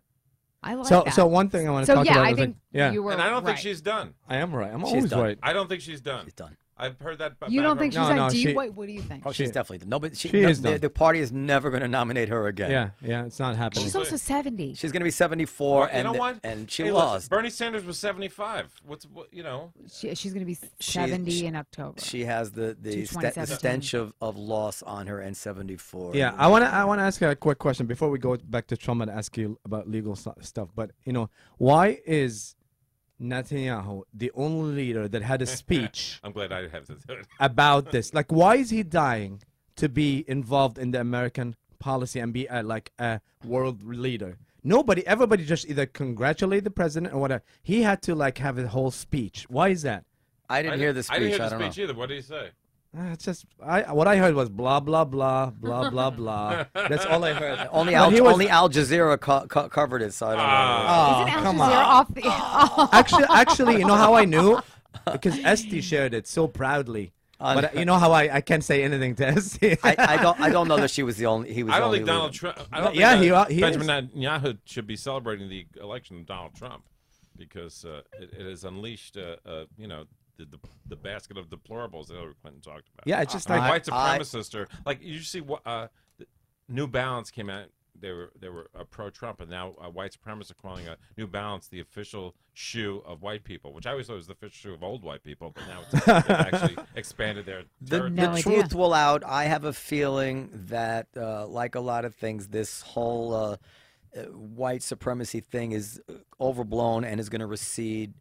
F: I like
E: So
F: that.
E: so one thing I want to
F: so
E: talk
F: yeah,
E: about
F: I
E: is like,
F: think
E: yeah,
F: you were.
D: And I don't
F: right.
D: think she's done.
E: I am right. I'm
C: She's
E: always
C: done.
E: right.
D: I don't think she's done.
C: she's done.
D: I've heard that. b-
F: You
D: back
F: don't
D: from-
F: think she's
E: No,
F: like?
E: no,
F: do you,
E: she-
F: what, what do you think?
C: Oh, she's
E: She-
C: definitely done. No, but she,
E: she
C: no,
E: is
C: the,
E: done.
C: the party is never going to nominate her again.
E: Yeah, yeah, it's not happening.
F: she's also 70.
C: She's going to be 74,
D: Oh, you
C: and,
D: know what?
C: and she
D: Hey, listen,
C: lost.
D: Bernie Sanders was seventy-five. What's what, you know?
F: She, she's going to be
C: She-
F: 70
C: she-
F: in October.
C: She has the, the,
F: She's
C: st- the
F: 27.
C: stench of, of loss on her and 74.
E: Yeah, I want to I want to ask you a quick question before we go back to Trump and ask you about legal s- stuff. But you know, why is Netanyahu the only leader that had a speech
D: I'm glad I have to do it.
E: about this? Like, why is he dying to be involved in the American policy and be a, like a world leader? Nobody, everybody just either congratulate the president or whatever. He had to like have a whole speech. Why is that?
C: I didn't hear the speech.
D: I
C: I,
D: didn't hear the
C: don't
D: speech
C: know.
D: either. What did he say?
E: Uh, it's just I what I heard was blah blah blah blah blah blah. That's all I heard.
C: Only
E: But
C: Al,
E: he was-
C: only Al Jazeera co- co- covered it, so I don't know.
E: Ah,
F: Isn't Al
E: come
F: Jazeera
E: on. Oh.
F: off the?
E: Actually, actually, you know how I knew? Because Esty shared it so proudly.
C: on-
E: But uh, you know how I, I can't say anything to SC.
C: I, I don't. I don't know that she was the only. He was.
D: I
C: the
D: don't
C: only
D: think Donald
C: leader.
D: Trump. I don't
E: Yeah,
D: think
E: he-
D: that
E: he is.
D: Benjamin Netanyahu should be celebrating the election of Donald Trump because uh, it, it has unleashed, uh, uh, you know, the, the the basket of deplorables that Hillary Clinton talked about.
E: Yeah, it's just
D: I mean,
E: like-
D: white
C: I- I-
D: supremacist or like you see what uh, the New Balance came out. They were they were uh, pro Trump, and now uh, white supremacists are calling a New Balance the official shoe of white people, which I always thought was the official shoe of old white people, but now it's they've actually expanded their
C: The,
D: territory.
F: No
C: the
F: idea.
C: truth will out. I have a feeling that, uh, like a lot of things, this whole uh, uh, white supremacy thing is uh, overblown and is going to recede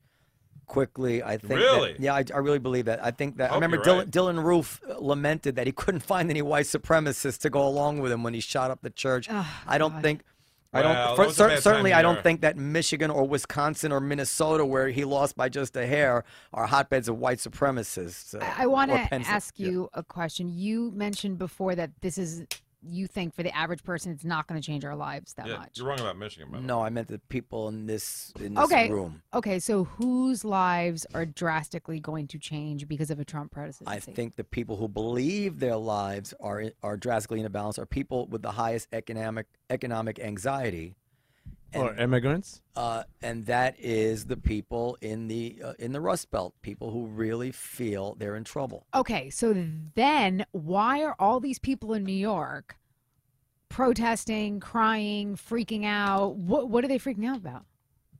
C: quickly. I think. that-
D: Really?
C: yeah, I, I really believe that. I think that. I
D: Hope
C: remember
D: you're
C: Dylan,
D: right.
C: Dylan Roof uh, lamented that he couldn't find any white supremacists to go along with him when he shot up the church.
F: Oh,
C: I don't think. I
D: Well,
C: don't.
D: that
C: fir-
D: was a
C: cer-
D: bad time
C: certainly, I don't
D: there.
C: think that Michigan or Wisconsin or Minnesota, where he lost by just a hair, are hotbeds of white supremacists. uh,
F: I want to
C: or Pennsylvania.
F: ask you a question. You mentioned before that this is you think for the average person it's not going to change our lives that
D: Yeah,
F: much.
D: you're wrong about Michigan, by the way.
C: No, I meant the people in this in this
F: Okay.
C: room.
F: Okay, so whose lives are drastically going to change because of a Trump presidency?
C: I think the people who believe their lives are are drastically in a balance are people with the highest economic economic anxiety,
E: or immigrants.
C: uh, and that is the people in the uh, in the Rust Belt, people who really feel they're in trouble.
F: Okay, so then why are all these people in New York protesting, crying, freaking out? What what are they freaking out about?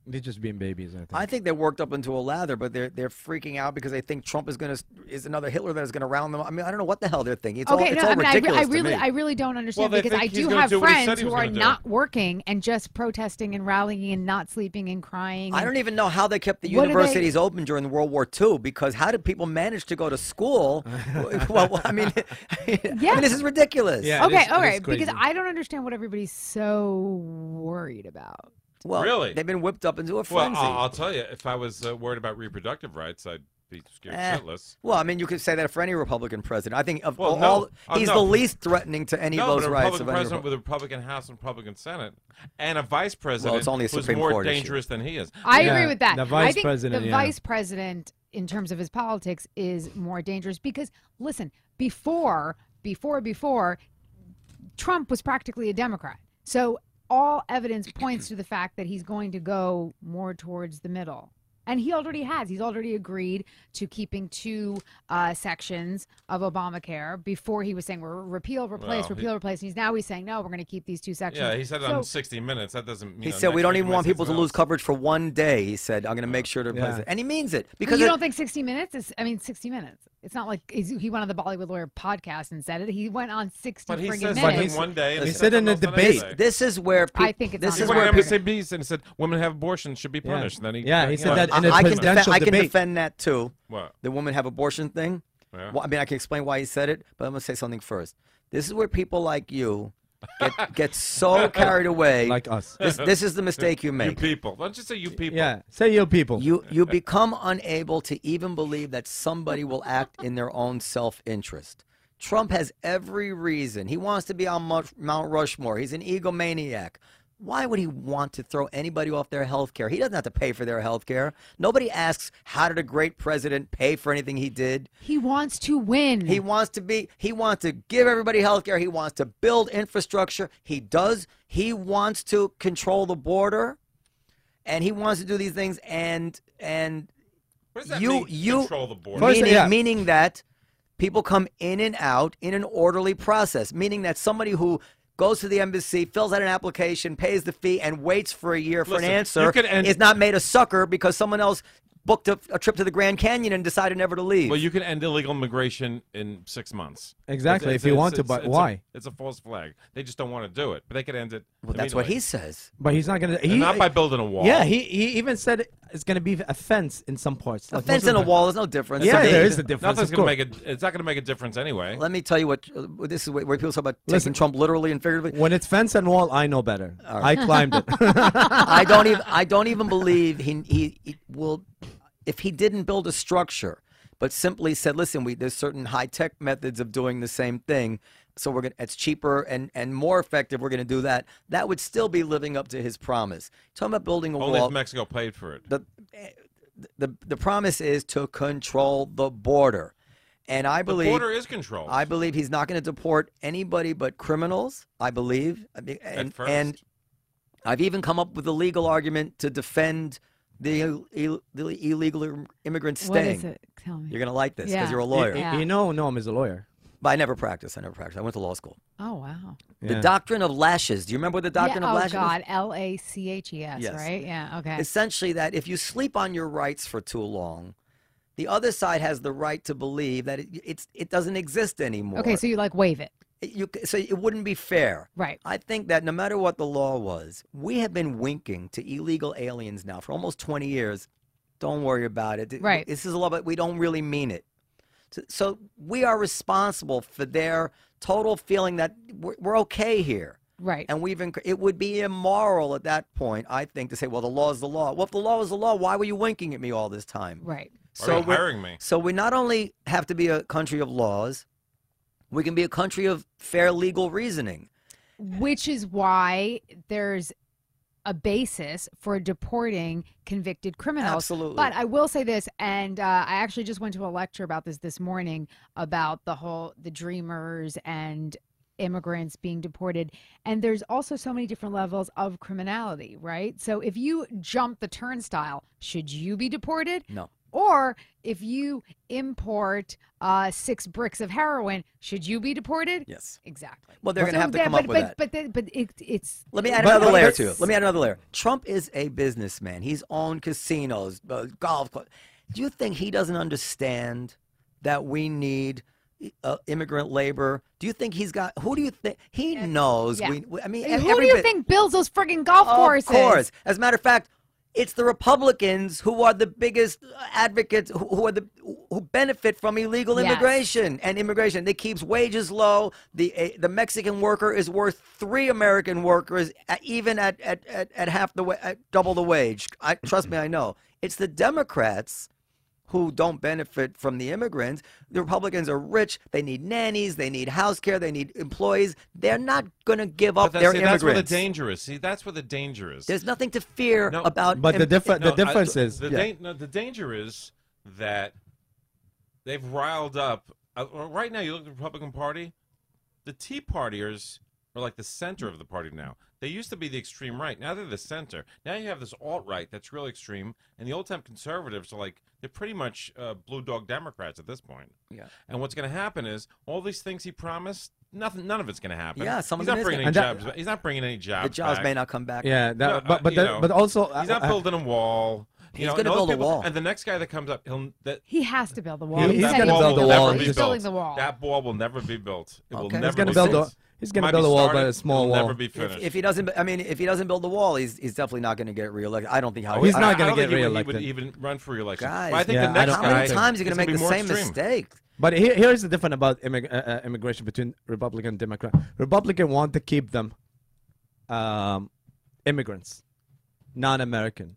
E: They're just being babies, I think.
C: I think they're worked up into a lather, but they're they're freaking out because they think Trump is going to is another Hitler that is going to round them. up. I mean, I don't know what the hell they're thinking. It's all,
F: okay,
C: it's
F: no,
C: all
F: I mean, I, re-
C: ridiculous
F: I
C: to
F: really,
C: me.
F: I really don't understand
D: they
F: because I
D: think he's
F: do
D: gonna
F: have
D: do what he said
F: friends
D: he was
F: who are
D: gonna do.
F: not working and just protesting and rallying and not sleeping and crying.
C: I
F: and-
C: don't even know how they kept the
F: What do they-
C: universities open during World War II because how did people manage to go to school? well, I mean, I
F: Yeah.
C: mean, this is ridiculous.
E: Yeah. it
F: Okay,
E: is- it
F: all
E: is
F: right, because
E: crazy.
F: I don't understand what everybody's so worried about.
C: Well,
D: Really?
C: they've been whipped up into a
D: Well,
C: frenzy.
D: I'll, I'll tell you, if I was uh, worried about reproductive rights, I'd be scared
C: Eh,
D: shitless.
C: well, I mean, you could say that for any Republican president. I think of
D: Well,
C: all,
D: no.
C: all-
D: Uh,
C: he's
D: no.
C: the least threatening to any
D: No,
C: of
D: but
C: those
D: a
C: rights of
D: Republican
C: any.
D: president
C: Repu-
D: with a Republican House and Republican Senate, and a vice president
C: only a
D: who's
C: Supreme
D: more
C: Court issue.
D: dangerous than he is.
F: I
E: Yeah,
F: agree with that.
E: the vice
F: I think
E: president,
F: the
E: yeah.
F: vice president, in terms of his politics, is more dangerous because listen, before, before, before, Trump was practically a Democrat. So all evidence points to the fact that he's going to go more towards the middle. And he already has. He's already agreed to keeping two uh, sections of Obamacare. Before he was saying we're repeal, replace,
D: Well, he-
F: repeal, replace. And he's now he's saying no, we're going to keep these two sections.
D: Yeah, he said it
F: So-
D: on 60 Minutes. That doesn't mean.
C: he said, "We don't even want people to lose coverage for one day." He said, "I'm going to make sure to
E: Yeah.
C: it. and he means it
F: Because
C: because
F: you
C: it-
F: don't think 60 Minutes is, I mean, 60 Minutes. It's not like he's, he went on the Bollywood Lawyer podcast and said it. He went on 60
D: But he
F: friggin'
D: says
E: But
D: something
E: he's-
F: minutes.
D: one day. and
E: he
D: then
E: said in
D: something
E: the
D: else the next
E: debate-
D: day.
C: this is where people.
F: I think it's
C: this is
F: on
D: He went
C: where
D: on
F: America.
C: people.
D: MSNBC and said women have abortions should be
E: Yeah.
D: punished. Then he,
E: Yeah, he
D: you
E: said
D: know,
E: that in
D: what-
C: I,
E: a
C: I can defend,
E: presidential
C: I can
E: debate.
C: defend that too.
D: What?
C: the women have abortion thing.
D: Yeah.
C: Well, I mean, I can explain why he said it, but I'm gonna say something first. This is where people like you get get so carried away.
E: Like us.
C: This, this is the mistake you
D: You
C: make.
D: people. Why don't you say you people?
E: Yeah, say your people.
C: You you become unable to even believe that somebody will act in their own self-interest. Trump has every reason. He wants to be on Mu- Mount Rushmore. He's an egomaniac. Why would he want to throw anybody off their health care? He doesn't have to pay for their health care. Nobody asks, how did a great president pay for anything he did?
F: He wants to win.
C: He wants to be. He wants to give everybody health care. He wants to build infrastructure. He does. He wants to control the border, and he wants to do these things. And and
D: What does that
C: You-
D: mean?
C: you-
D: control the board.
E: First-
C: meaning,
E: yeah.
C: meaning that people come in and out in an orderly process. Meaning that somebody who goes to the embassy, fills out an application, pays the fee, and waits for a year for
D: Listen,
C: an
D: you
C: answer
D: could end-
C: is not made a sucker because someone else booked a, a trip to the Grand Canyon and decided never to leave.
D: Well, you can end illegal immigration in six months.
E: Exactly, if you want to, but
D: it's a-
E: why?
D: it's a false flag. They just don't want to do it, but they could end it.
C: well, that's what
D: immediately.
C: he says.
E: but he's not gonna. He,
D: And not by building a wall.
E: Yeah, he, he even said it's gonna be a fence in some parts.
C: A
E: like
C: fence
E: most of
C: and a
E: the-
C: wall, there's no difference.
E: Yeah,
C: to me.
E: there is a difference.
D: Nothing's
E: of
D: gonna
E: course.
D: make it. It's not gonna make a difference anyway.
C: Let me tell you what uh, this is where where people talk about taking
E: Listen.
C: Trump literally and figuratively.
E: When it's fence and wall, I know better. I climbed it.
C: I don't even I don't even believe he, he he will if he didn't build a structure, but simply said, listen, we there's certain high tech methods of doing the same thing, so we're gonna it's cheaper and and more effective. We're gonna do that. That would still be living up to his promise. Talking about building a
D: Only
C: wall.
D: if Mexico paid for it.
C: the the the promise is to control the border And I
D: The
C: believe
D: border is controlled.
C: I believe he's not going to deport anybody but criminals. I believe, I be- and,
D: at first.
C: and I've even come up with a legal argument to defend the, Ill- Ill- the illegal im- immigrants
F: What
C: staying.
F: is it? Tell me.
C: You're going to like this because
F: Yeah.
C: you're a lawyer.
E: You-
F: Yeah.
E: You know, Noam is a lawyer.
C: But I never practiced. I never practiced. I went to law school.
F: oh wow.
E: Yeah.
C: The doctrine of lashes. Do you remember what the doctrine
F: yeah,
C: of
F: oh
C: lashes? is?
F: God, L A C H E S,
C: Yes.
F: right? Yeah. Okay.
C: Essentially, that if you sleep on your rights for too long, the other side has the right to believe that it, it's it doesn't exist anymore.
F: okay, so you like wave it,
C: It- you c- so it wouldn't be fair.
F: right?
C: I think that no matter what the law was, we have been winking to illegal aliens now for almost 20 years. Don't worry about it. Th-
F: Right.
C: This is a law, but we don't really mean it. So, so we are responsible for their total feeling that we're, we're okay here.
F: Right.
C: And we've enc- it would be immoral at that point, I think, to say, well, the law is the law. Well, if the law is the law, why were you winking at me all this time?
F: right.
D: Why are you
C: we're-
D: hiring me?
C: so we not only have to be a country of laws, we can be a country of fair legal reasoning.
F: Which is why there's a basis for deporting convicted criminals.
C: Absolutely.
F: But I will say this, and uh, I actually just went to a lecture about this this morning about the whole the dreamers and immigrants being deported. And there's also so many different levels of criminality, right? So if you jump the turnstile, should you be deported?
C: No.
F: Or if you import uh, six bricks of heroin, should you be deported?
C: Yes.
F: Exactly.
C: Well, they're gonna
F: So
C: have to
F: that-
C: come
F: but,
C: up with that.
F: but, But, the- but it, it's
C: Let me add
E: But-
C: another
E: but-
C: layer
E: but-
C: to it. Let me add another layer. Trump is a businessman. He's owned casinos, uh, golf clubs. Do you think he doesn't understand that we need uh, immigrant labor? Do you think he's got? Who do you think he knows?
F: yeah.
C: We, we- I mean, e-,
F: Who
C: every
F: do you
C: bit-
F: think builds those friggin' golf courses?
C: Of course. As a matter of fact, it's the Republicans who are the biggest advocates, who, who are the who benefit from illegal
F: Yes.
C: immigration and immigration. It keeps wages low. The eh, the Mexican worker is worth three American workers, eh, even at at, at, at half the wa- at double the wage. I, trust me, I know. It's the Democrats who don't benefit from the immigrants. The Republicans are rich. They need nannies. They need health care. They need employees. They're not going to give up
D: But
C: their
D: that's, see,
C: immigrants.
D: that's where the danger is. See, that's where the danger is.
C: There's nothing to fear
D: No,
C: about.
E: But the
C: and-
E: different the
D: No, I-
E: difference is
D: the,
E: yeah.
D: dan- no, the danger is that they've riled up. Uh, right now, you look at the Republican Party. The Tea Partiers are like the center of the party now. They used to be the extreme right. Now they're the center. Now you have this alt right that's really extreme, and the old time conservatives are like they're pretty much uh, blue dog Democrats at this point.
C: Yeah.
D: And what's going to happen is all these things he promised, nothing, none of it's going to happen.
C: Yeah, some of
D: he's
C: them
D: not
C: is
D: bringing
C: gonna-
D: any
E: And
D: jobs. ba- he's not bringing any jobs.
C: The jobs
D: back.
C: may not come back.
E: Yeah, that,
D: No, uh,
E: but but
D: you
E: that,
D: know,
E: but also uh,
D: He's not
E: I- I-
D: building a wall. You
C: He's
D: know, and
C: gonna
D: those
C: build a
D: people-
C: wall.
D: And the next guy that comes up, he'll that
F: He has to build the wall.
E: He-
F: He
E: he's
F: said
E: gonna
F: he
E: build
F: was
E: the
F: building
E: wall.
F: He's
E: He's
F: building the wall.
D: That wall will never be built. It will
C: Okay. He's
D: never
E: he's gonna
D: be
E: build
D: built.
E: a he's gonna
D: Might
E: build
D: be
E: a wall,
D: started,
E: but a small
D: it'll
E: wall.
D: Never be
C: If,
D: finished.
C: if he doesn't, I mean, if he doesn't build the wall, he's he's definitely not going to get reelected. I don't think how.
E: Oh, He's
D: I-
E: not
D: I
E: gonna
D: don't
E: get
D: think he would- He
E: reelected.
D: would even run for reelection.
C: Guys,
D: But I think
E: Yeah,
D: the
E: I
D: next
E: don't
C: How many
D: guy
C: times are you
D: is
C: going to make
D: be
C: the
D: more
C: same
D: extreme.
C: mistake?
E: But here, here's the difference about immig- uh, uh, immigration between Republican and Democrat. Republican want to keep them um, immigrants, non-American.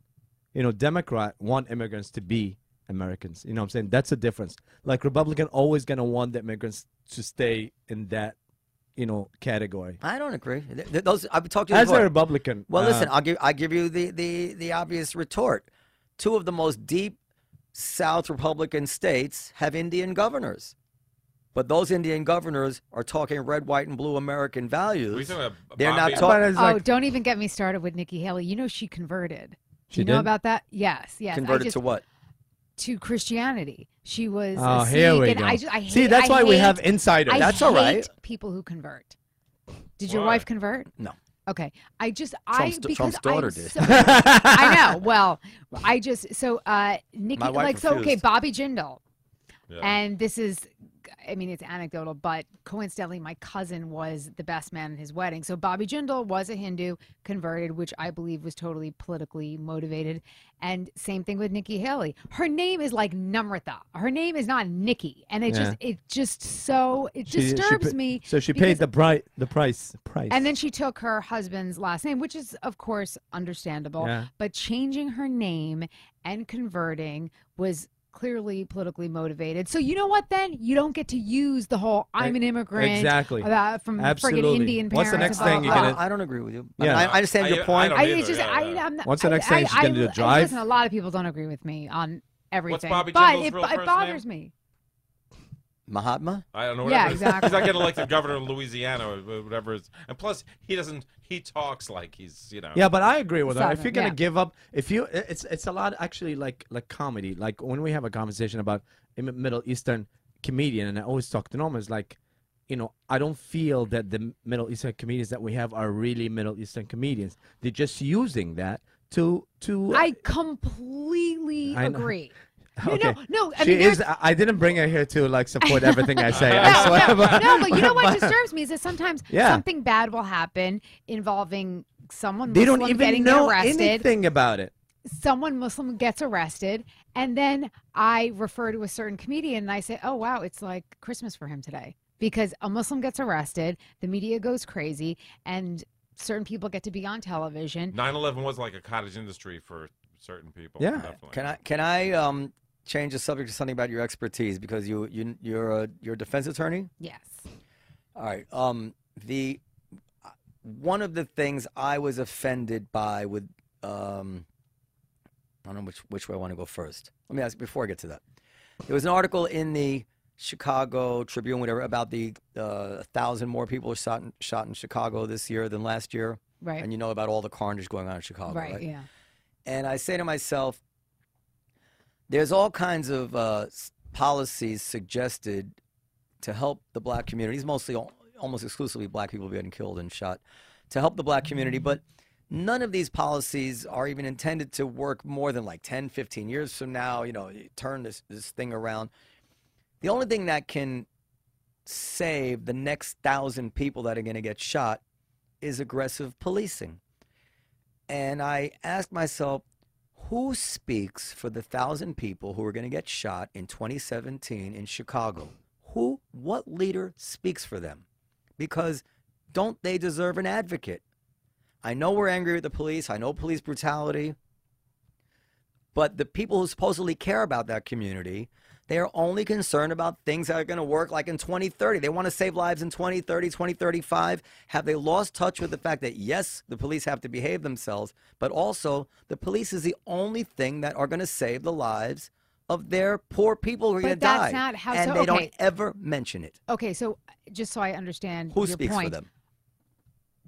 E: You know, Democrat want immigrants to be Americans. You know what I'm saying? That's the difference. Like Republican always gonna want the immigrants to stay in that, you know, category.
C: I don't agree. Th- th- Those I've talked to you
E: As a
C: before.
E: Republican,
C: Well,
E: uh,
C: listen, I'll give I give you the, the the obvious retort. Two of the most deep South Republican states have Indian governors, but those Indian governors are talking red, white, and blue American values.
D: talking about
C: They're not
D: Bobby-
E: but
C: talking.
E: it's
F: Oh,
E: like-
F: don't even get me started with Nikki Haley. You know she converted. Do
E: She
F: you know
E: did?
F: about that? Yes, yes. Oh, I
C: Converted
F: just-
C: to what?
F: To Christianity. She was. a
E: Oh, here we
F: Sikh, and
E: go.
F: I just, I hate,
E: See, that's
F: I
E: why we have
F: hate-
E: insiders.
F: I
C: That's all
F: hate
C: right.
F: People who convert. Did your
D: Why?
F: wife convert?
C: No.
F: Okay. I just
C: Trump's-
F: I because
C: Trump's daughter
F: I'm
C: did.
F: so- I know. Well, I just so uh Nikki
C: My wife
F: like so okay,
C: refused.
F: Bobby Jindal.
D: Yeah.
F: And this is, I mean, it's anecdotal, but coincidentally, my cousin was the best man at his wedding. So Bobby Jindal was a Hindu converted, which I believe was totally politically motivated. And same thing with Nikki Haley. Her name is like Namrata. Her name is not Nikki, and it
E: Yeah.
F: just it just so it
E: She- she
F: disturbs
E: pa-
F: me.
E: So she
F: because-
E: paid the price. The price. Price.
F: And then she took her husband's last name, which is of course understandable.
E: Yeah.
F: But changing her name and converting was clearly politically motivated. So you know what? Then you don't get to use the whole "I'm
E: E-
F: an immigrant"
E: exactly.
F: about, from friggin'
E: Absolutely.
F: Indian parents.
E: What's the next
F: and
E: thing
F: blah,
E: you
F: blah,
E: can-
C: I,
E: gonna-
C: I don't agree with you.
E: Yeah.
C: I, mean, I, I understand
D: I-
C: your
D: I
C: point.
D: don't
F: I,
D: either,
F: it's just,
D: yeah,
F: I,
D: yeah.
F: I'm not,
E: What's the
F: I-
E: next thing?
F: I-
E: She's gonna do a
F: I-
E: drive?
F: Listen, a lot of people don't agree with me on everything.
D: Bobby
F: but
D: Jindal's
F: it,
D: real
F: it
D: first
F: bothers me.
C: Mahatma?
D: I don't know.
F: Yeah,
D: Whatever.
F: exactly.
D: He's not getting elected governor of Louisiana, or whatever. It's, and plus, he doesn't. He talks like he's, you know.
E: Yeah, but I agree with her. If
F: Southern,
E: you're gonna
F: yeah.
E: give up, if you, i- it's it's a lot actually like like comedy. Like when we have a conversation about a Mi- Middle Eastern comedian, and I always talk to Norman, is like, you know, I don't feel that the Middle Eastern comedians that we have are really Middle Eastern comedians. They're just using that to to.
F: I completely
E: I know.
F: agree. No,
E: Okay.
F: no, no. I
E: she
F: mean,
E: is.
F: there's-
E: I- I didn't bring her here to like support everything I say. I
F: no,
E: swear.
F: no,
E: but-
F: no, but you know what
E: but
F: disturbs me is that sometimes
E: Yeah.
F: something bad will happen involving someone
E: They
F: Muslim
E: don't
F: getting
E: even know
F: arrested.
E: anything about it.
F: Someone Muslim gets arrested, and then I refer to a certain comedian and I say, "Oh wow, it's like Christmas for him today." Because a Muslim gets arrested, the media goes crazy, and certain people get to be on television.
D: 9/11 was like a cottage industry for certain people.
E: Yeah.
D: definitely.
C: Can I can I um change the subject to something about your expertise because you you you're a you're a defense attorney?
F: Yes.
C: All right. Um, the uh, one of the things I was offended by with um, I don't know which which way I want to go first. Let me ask before I get to that. There was an article in the Chicago Tribune, whatever, about the uh, a thousand more people were shot in, shot in Chicago this year than last year,
F: Right.
C: and you know about all the carnage going on in Chicago,
F: right, Yeah.
C: and I say to myself, there's all kinds of uh, s- policies suggested to help the black communities, mostly al- almost exclusively black people being killed and shot, to help the black community.
F: Mm-hmm.
C: But none of these policies are even intended to work more than like 10, 15 years from now, you know, you turn this, this thing around. The only thing that can save the next thousand people that are going to get shot is aggressive policing. And I asked myself, who speaks for the thousand people who are going to get shot in 2017 in Chicago? Who, what leader speaks for them? Because don't they deserve an advocate? I know we're angry with the police. I know police brutality. But the people who supposedly care about that community, they are only concerned about things that are going to work like in 2030. They want to save lives in 2030, 2035. Have they lost touch with the fact that, yes, the police have to behave themselves, but also the police is the only thing that are going to save the lives of their poor people who are
F: But
C: going to die?
F: that's not how-
C: and
F: so-
C: they
F: okay.
C: don't ever mention it.
F: Okay, so uh, just so I understand
C: Who
F: your
C: speaks
F: point,
C: for them?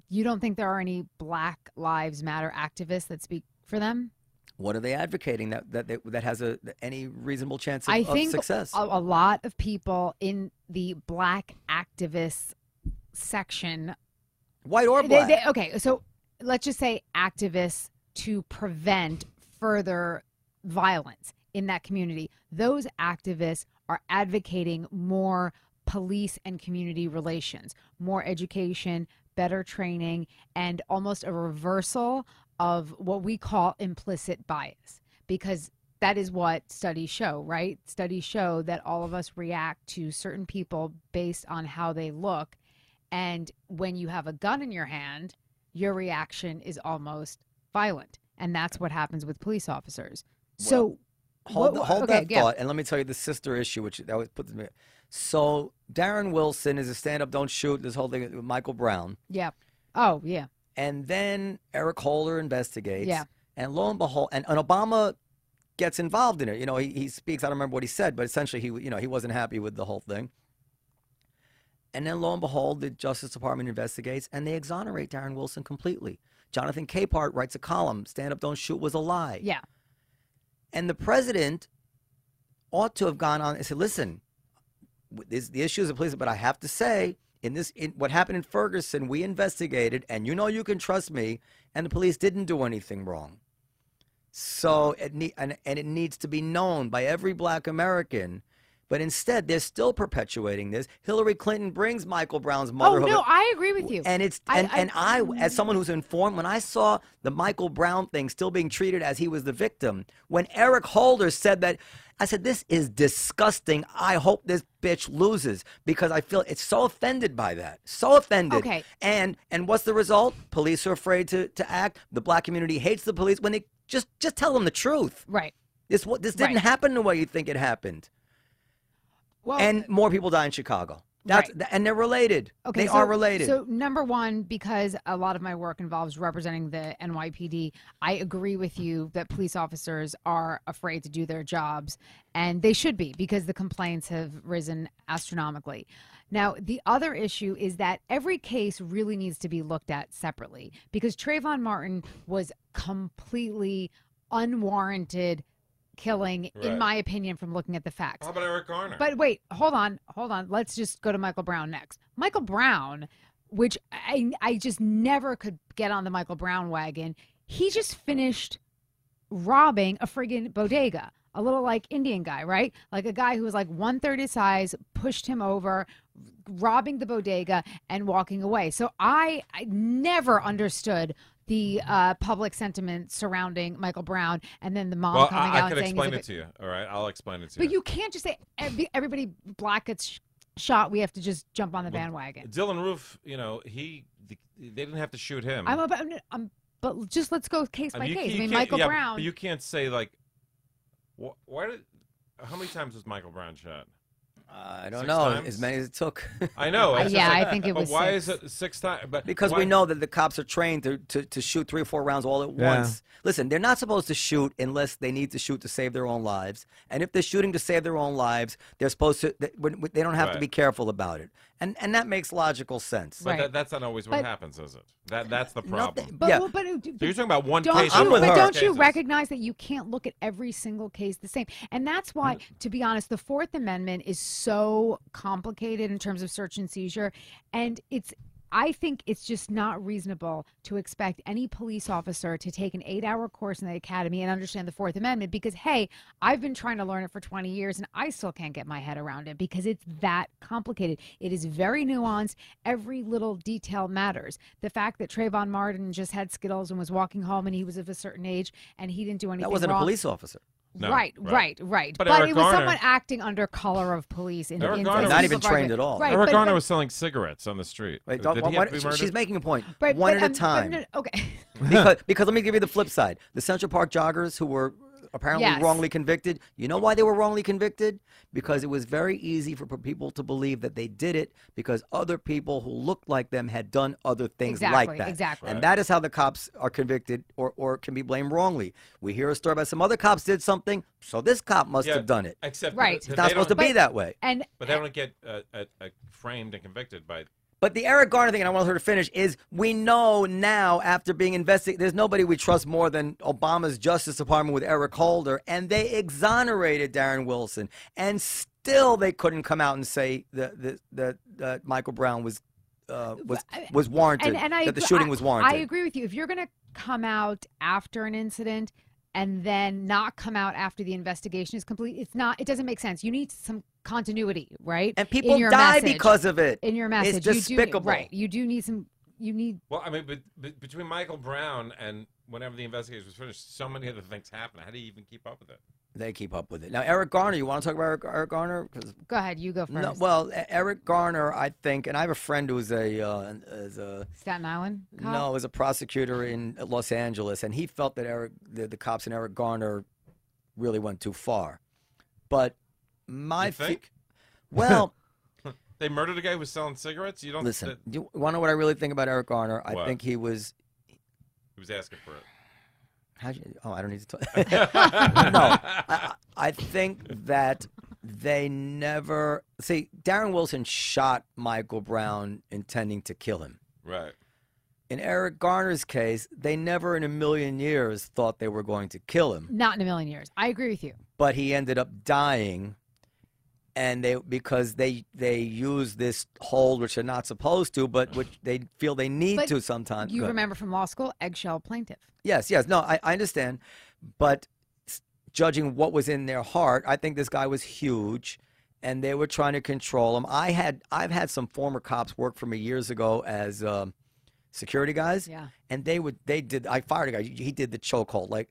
F: you don't think there are any Black Lives Matter activists that speak for them?
C: What are they advocating that that they, that has a any reasonable chance of,
F: I
C: of
F: think
C: success?
F: A, a lot of people in the Black activists section.
C: White or
F: they-
C: black?
F: they- okay, so let's just say activists to prevent further violence in that community. Those activists are advocating more police and community relations, more education, better training, and almost a reversal of what we call implicit bias because that is what studies show, right? Studies show that all of us react to certain people based on how they look. And when you have a gun in your hand, your reaction is almost violent. And that's what happens with police officers. so,
C: hold
F: what-
C: hold
F: okay,
C: that
F: yeah.
C: thought, and let me tell you the sister issue, which that was put. me- So Darren Wilson is a stand-up, don't shoot. This whole thing with Michael Brown,
F: Yeah. Oh, yeah.
C: and then Eric Holder investigates.
F: Yeah.
C: And lo and behold, and, and Obama gets involved in it. You know, he, he speaks. I don't remember what he said, but essentially, he w- you know he wasn't happy with the whole thing. And then lo and behold, the Justice Department investigates and they exonerate Darren Wilson completely. Jonathan Capehart writes a column, Stand Up Don't Shoot was a lie.
F: Yeah.
C: And the president ought to have gone on and said, listen, w- this, the issue is a police, but I have to say, in this, in what happened in Ferguson, we investigated, and you know you can trust me, and the police didn't do anything wrong. So it ne- and, and it needs to be known by every black American. But instead, they're still perpetuating this. Hillary Clinton brings Michael Brown's
F: Oh,
C: mother.
F: no, I agree with you.
C: And it's
F: I-
C: and,
F: I- Mm.
C: and I, as someone who's informed, when I saw the Michael Brown thing still being treated as he was the victim, when Eric Holder said that, I said, This is disgusting. I hope this bitch loses because I feel it's so offended by that. So offended.
F: Okay.
C: And and what's the result? Police are afraid to, to act. The black community hates the police when they just just tell them the truth.
F: right.
C: This what this didn't
F: Right.
C: happen the way you think it happened.
F: Well,
C: And more people die in Chicago. That's
F: uh, Right.
C: th- and they're related.
F: Okay,
C: they
F: so,
C: are related.
F: So number one, because a lot of my work involves representing the NYPD, I agree with you that police officers are afraid to do their jobs, and they should be because the complaints have risen astronomically. Now, the other issue is that every case really needs to be looked at separately because Trayvon Martin was completely unwarranted killing,
D: Right.
F: in my opinion, from looking at the facts.
D: How about Eric Garner?
F: But wait, hold on, hold on. Let's just go to Michael Brown next. Michael Brown, which I I just never could get on the Michael Brown wagon. He just finished robbing a friggin' bodega. A little like Indian guy, right? Like a guy who was like one third his size, pushed him over, robbing the bodega and walking away. So I, I never understood the uh, public sentiment surrounding Michael Brown, and then the mom
D: well,
F: coming
D: I,
F: out
D: I
F: and
D: could
F: saying he's a
D: explain
F: good-
D: it to you. All right, I'll explain it to
F: but you can't just say every, everybody black gets sh- shot. We have to just jump on the bandwagon.
D: Dylan Roof, you know, he the, they didn't have to shoot him.
F: I'm about. I'm, but just let's go case
D: I
F: by
D: mean, you
F: case.
D: can't-
F: I mean,
D: you can't-
F: Michael
D: yeah, but
F: Brown.
D: You can't say like, wh- why did? How many times was Michael Brown shot?
C: Uh, I don't
D: Six
C: know
D: times?
C: as many as it took.
D: I know.
F: Uh,
D: it's just
F: yeah,
D: like,
F: I think it
D: but
F: was
D: Why
F: six.
D: is it six times? But
C: because
D: why-
C: we know that the cops are trained to, to, to shoot three or four rounds all at
E: Yeah.
C: once. Listen, they're not supposed to shoot unless they need to shoot to save their own lives. And if they're shooting to save their own lives, they're supposed to. They, when- when- they don't have to
D: Right.
C: be careful about it. And and that makes logical sense.
D: But
F: Right.
D: that, that's not always what
F: But-
D: happens, is it? That that's the problem.
C: Nothing-
F: but,
C: yeah.
F: well, but, uh, d-
D: so you're talking about one
F: don't
D: case.
C: I'm
F: you?
C: with
F: But
C: her.
F: don't you
D: Cases.
F: recognize that you can't look at every single case the same? And that's
D: Mm.
F: why, to be honest, the Fourth Amendment is so complicated in terms of search and seizure, and it's. I think it's just not reasonable to expect any police officer to take an eight hour course in the academy and understand the Fourth Amendment because, hey, I've been trying to learn it for 20 years and I still can't get my head around it because it's that complicated. It is very nuanced. Every little detail matters. The fact that Trayvon Martin just had Skittles and was walking home and he was of a certain age and he didn't do anything
C: That wasn't
F: wrong.
C: a police officer.
D: No,
F: right,
D: right.
F: right, right,
D: But
F: But,
D: Eric
F: it was
D: Garner-
F: someone acting under color of police in,
D: Eric
F: in
D: Garner
F: in-
D: Not
C: even
F: civil rights.
C: trained at all.
F: Right,
D: Eric
F: but-
D: Garner
F: but-
D: was selling cigarettes on the street.
C: Wait,
D: Uh,
C: don't-
D: Did
C: what-
D: he have to
C: what-
D: be
C: she-
D: murdered?
C: she's making a point.
F: but-
C: One
F: but,
C: at
F: um,
C: a
F: but
C: time.
F: no- okay.
C: because, because let me give you the flip side. The Central Park joggers who were apparently
F: Yes.
C: wrongly convicted, you know why they were wrongly convicted? Because it was very easy for p- people to believe that they did it because other people who looked like them had done other things like
F: Exactly,
C: that.
F: exactly.
C: And that is how the cops are convicted or, or can be blamed wrongly. We hear a story about some other cops did something, so this cop must
D: Yeah,
C: have done it.
D: Except that-
F: Right. It's
D: that
C: It's not
D: they
C: supposed to
D: don't-
C: be that way.
F: And
D: But they don't get uh, uh, uh, framed and convicted by.
C: But the Eric Garner thing, and I want her to finish, is we know now after being investigated, there's nobody we trust more than Obama's Justice Department with Eric Holder, and they exonerated Darren Wilson, and still they couldn't come out and say that that that, that Michael Brown was uh, was was warranted,
F: and, and I
C: that the
F: agree-
C: shooting
F: I-
C: was warranted.
F: I agree with you. If you're going to come out after an incident and then not come out after the investigation is complete, it's not. It doesn't make sense. You need some continuity, right?
C: And
F: in
C: people
F: your
C: die
F: message-
C: because of it.
F: in your message.
C: it's
F: You do,
C: despicable.
F: right? You do need some. You need
D: Well, I mean, but, but between Michael Brown and whenever the investigation was finished, so many other things happened. How do you even keep up with it?
C: They keep up with it. Now, Eric Garner, you want to talk about Eric, Eric Garner? 'Cause
F: go ahead. You go first.
C: No, well, E- Eric Garner, I think, and I have a friend who's a uh, is a
F: Staten Island. Cop?
C: No, as a prosecutor in Los Angeles, and he felt that Eric, the, the cops and Eric Garner, really went too far. But my
D: you
C: fe-
D: think
C: well,
D: they murdered a guy who was selling cigarettes? You don't.
C: listen.
D: that-
C: You want to know what I really think about Eric Garner? I
D: What?
C: think he was.
D: he was asking for it.
C: How you, oh, I don't need to talk. no, I, I think that they never see Darren Wilson shot Michael Brown intending to kill him.
D: Right.
C: In Eric Garner's case, they never in a million years thought they were going to kill him.
F: Not in a million years. I agree with you.
C: but he ended up dying and they because they they use this hold which they're not supposed to but which they feel they need
F: But
C: to sometimes
F: You
C: Go ahead.
F: remember from law school, eggshell plaintiff.
C: yes yes no I, I understand but s- judging what was in their heart i think this guy was huge and they were trying to control him i had i've had some former cops work for me years ago as um, security guys
F: Yeah.
C: and they would they did i fired a guy he did the chokehold like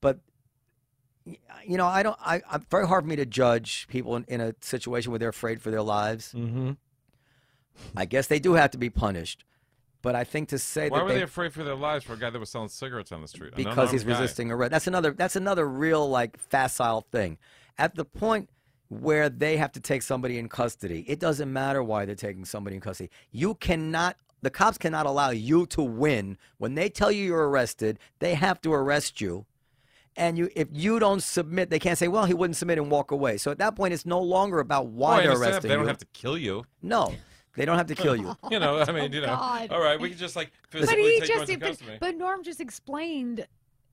C: but y- you know i don't i i'm very hard for me to judge people in, in a situation where they're afraid for their lives
E: Mm-hmm.
C: i guess they do have to be punished but i think to say
D: Why
C: that
D: were
C: they,
D: they afraid for their lives for a guy that was selling cigarettes on the street? An
C: because he's
D: unarmed guy.
C: resisting arrest that's another that's another real like facile thing at the point where they have to take somebody in custody. It doesn't matter why they're taking somebody in custody. You cannot, the cops cannot allow you to win. When they tell you you're arrested, they have to arrest you. And you, if you don't submit, they can't say, "Well, he wouldn't submit and walk away." So at that point, it's no longer about
D: Oh,
C: why
D: I
C: they're
D: understand that, but
C: arresting
D: They don't
C: you.
D: have to kill you.
C: No, they don't have to kill you.
D: You know, I mean, you know.
F: Oh God.
D: All right, we can just like
F: But
D: physically
F: he
D: take
F: just
D: you into
F: but,
D: custody.
F: but Norm just explained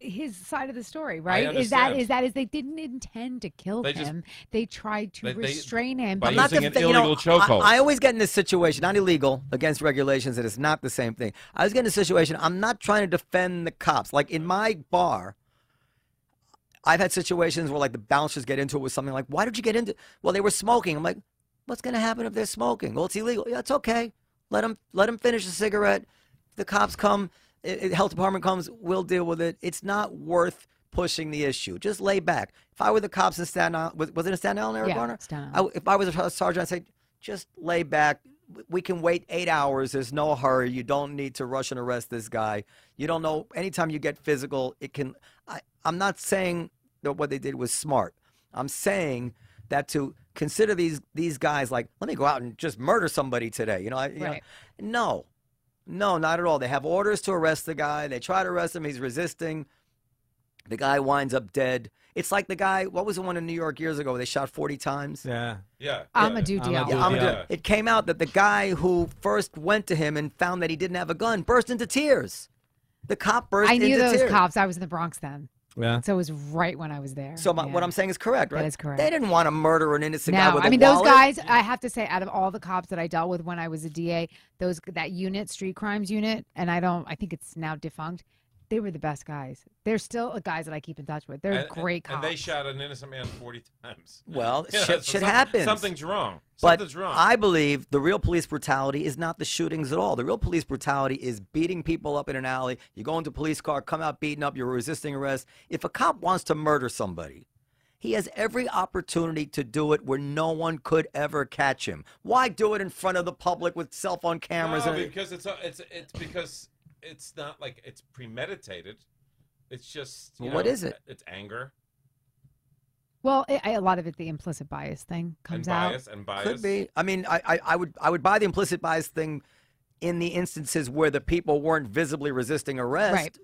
F: his side of the story, right? Is that
D: understand.
F: is that is they didn't intend to kill
D: They just-
F: him. they tried to
D: they- they-
F: restrain him.
D: by
F: but
D: using an
C: you know,
D: illegal chokehold.
C: I, I always get in this situation, not illegal against regulations, and it's not the same thing. I was getting in a situation, I'm not trying to defend the cops. Like in my bar, I've had situations where like the bouncers get into it with something like, why did you get into Well, they were smoking. I'm like, what's going to happen if they're smoking? Well, it's illegal. Yeah, it's okay. Let them, let them finish the cigarette. If the cops come, i- i- health department comes, we'll deal with it. It's not worth pushing the issue. Just lay back. If I were the cops in Staten Island, was, was it in Staten Island, Eric
F: Yeah,
C: Garner?
F: Staten
C: I- if I was a sergeant, I'd say, just lay back. We can wait eight hours. There's no hurry. You don't need to rush and arrest this guy. You don't know. Anytime you get physical, it can. I, I'm not saying that what they did was smart. I'm saying that to consider these these guys like, let me go out and just murder somebody today. You know, I, you
F: Right.
C: know no, no, not at all. They have orders to arrest the guy. They try to arrest him. He's resisting. The guy winds up dead. It's like the guy. What was the one in New York years ago? Where they shot 40 times.
E: Yeah.
D: yeah.
E: Amadou
F: Amadou Diallo.
E: Diallo.
C: Yeah, I'm gonna do
D: Yeah.
C: it. It came out that the guy who first went to him and found that he didn't have a gun burst into tears. The cop burst
F: I knew
C: into
F: those
C: tears.
F: cops. I was in the Bronx then,
E: Yeah.
F: so it was right when I was there.
C: So my, what
F: Yeah.
C: I'm saying is correct,
F: That
C: right?
F: is correct.
C: They didn't want to murder an innocent guy
F: No,
C: with a
F: I mean
C: wallet.
F: those guys. I have to say, out of all the cops that I dealt with when I was a DA, those that unit, street crimes unit, and I don't. I think it's now defunct. They were the best guys. They're still uh, guys that I keep in touch with. They're
D: And-
F: great
D: and, And
F: cops.
D: they shot an innocent man 40 times.
C: Well,
D: Yeah,
C: shit,
D: so
C: shit
D: some-
C: happens.
D: Something's wrong.
C: But
D: something's wrong.
C: I believe the real police brutality is not the shootings at all. The real police brutality is beating people up in an alley. You go into a police car, come out beaten up, you're resisting arrest. If a cop wants to murder somebody, he has every opportunity to do it where no one could ever catch him. Why do it in front of the public with cell phone cameras?
D: No,
C: and-
D: because it's it's it's because it's not like it's premeditated. It's just you
C: Well, what
D: know,
C: is it?
D: It's anger
F: well, i I, a lot of it, the implicit bias thing
D: and
F: comes out.
D: bias and bias.
C: Could be. I mean, I, I, I would I would buy the implicit bias thing in the instances where the people weren't visibly resisting arrest.
F: Right.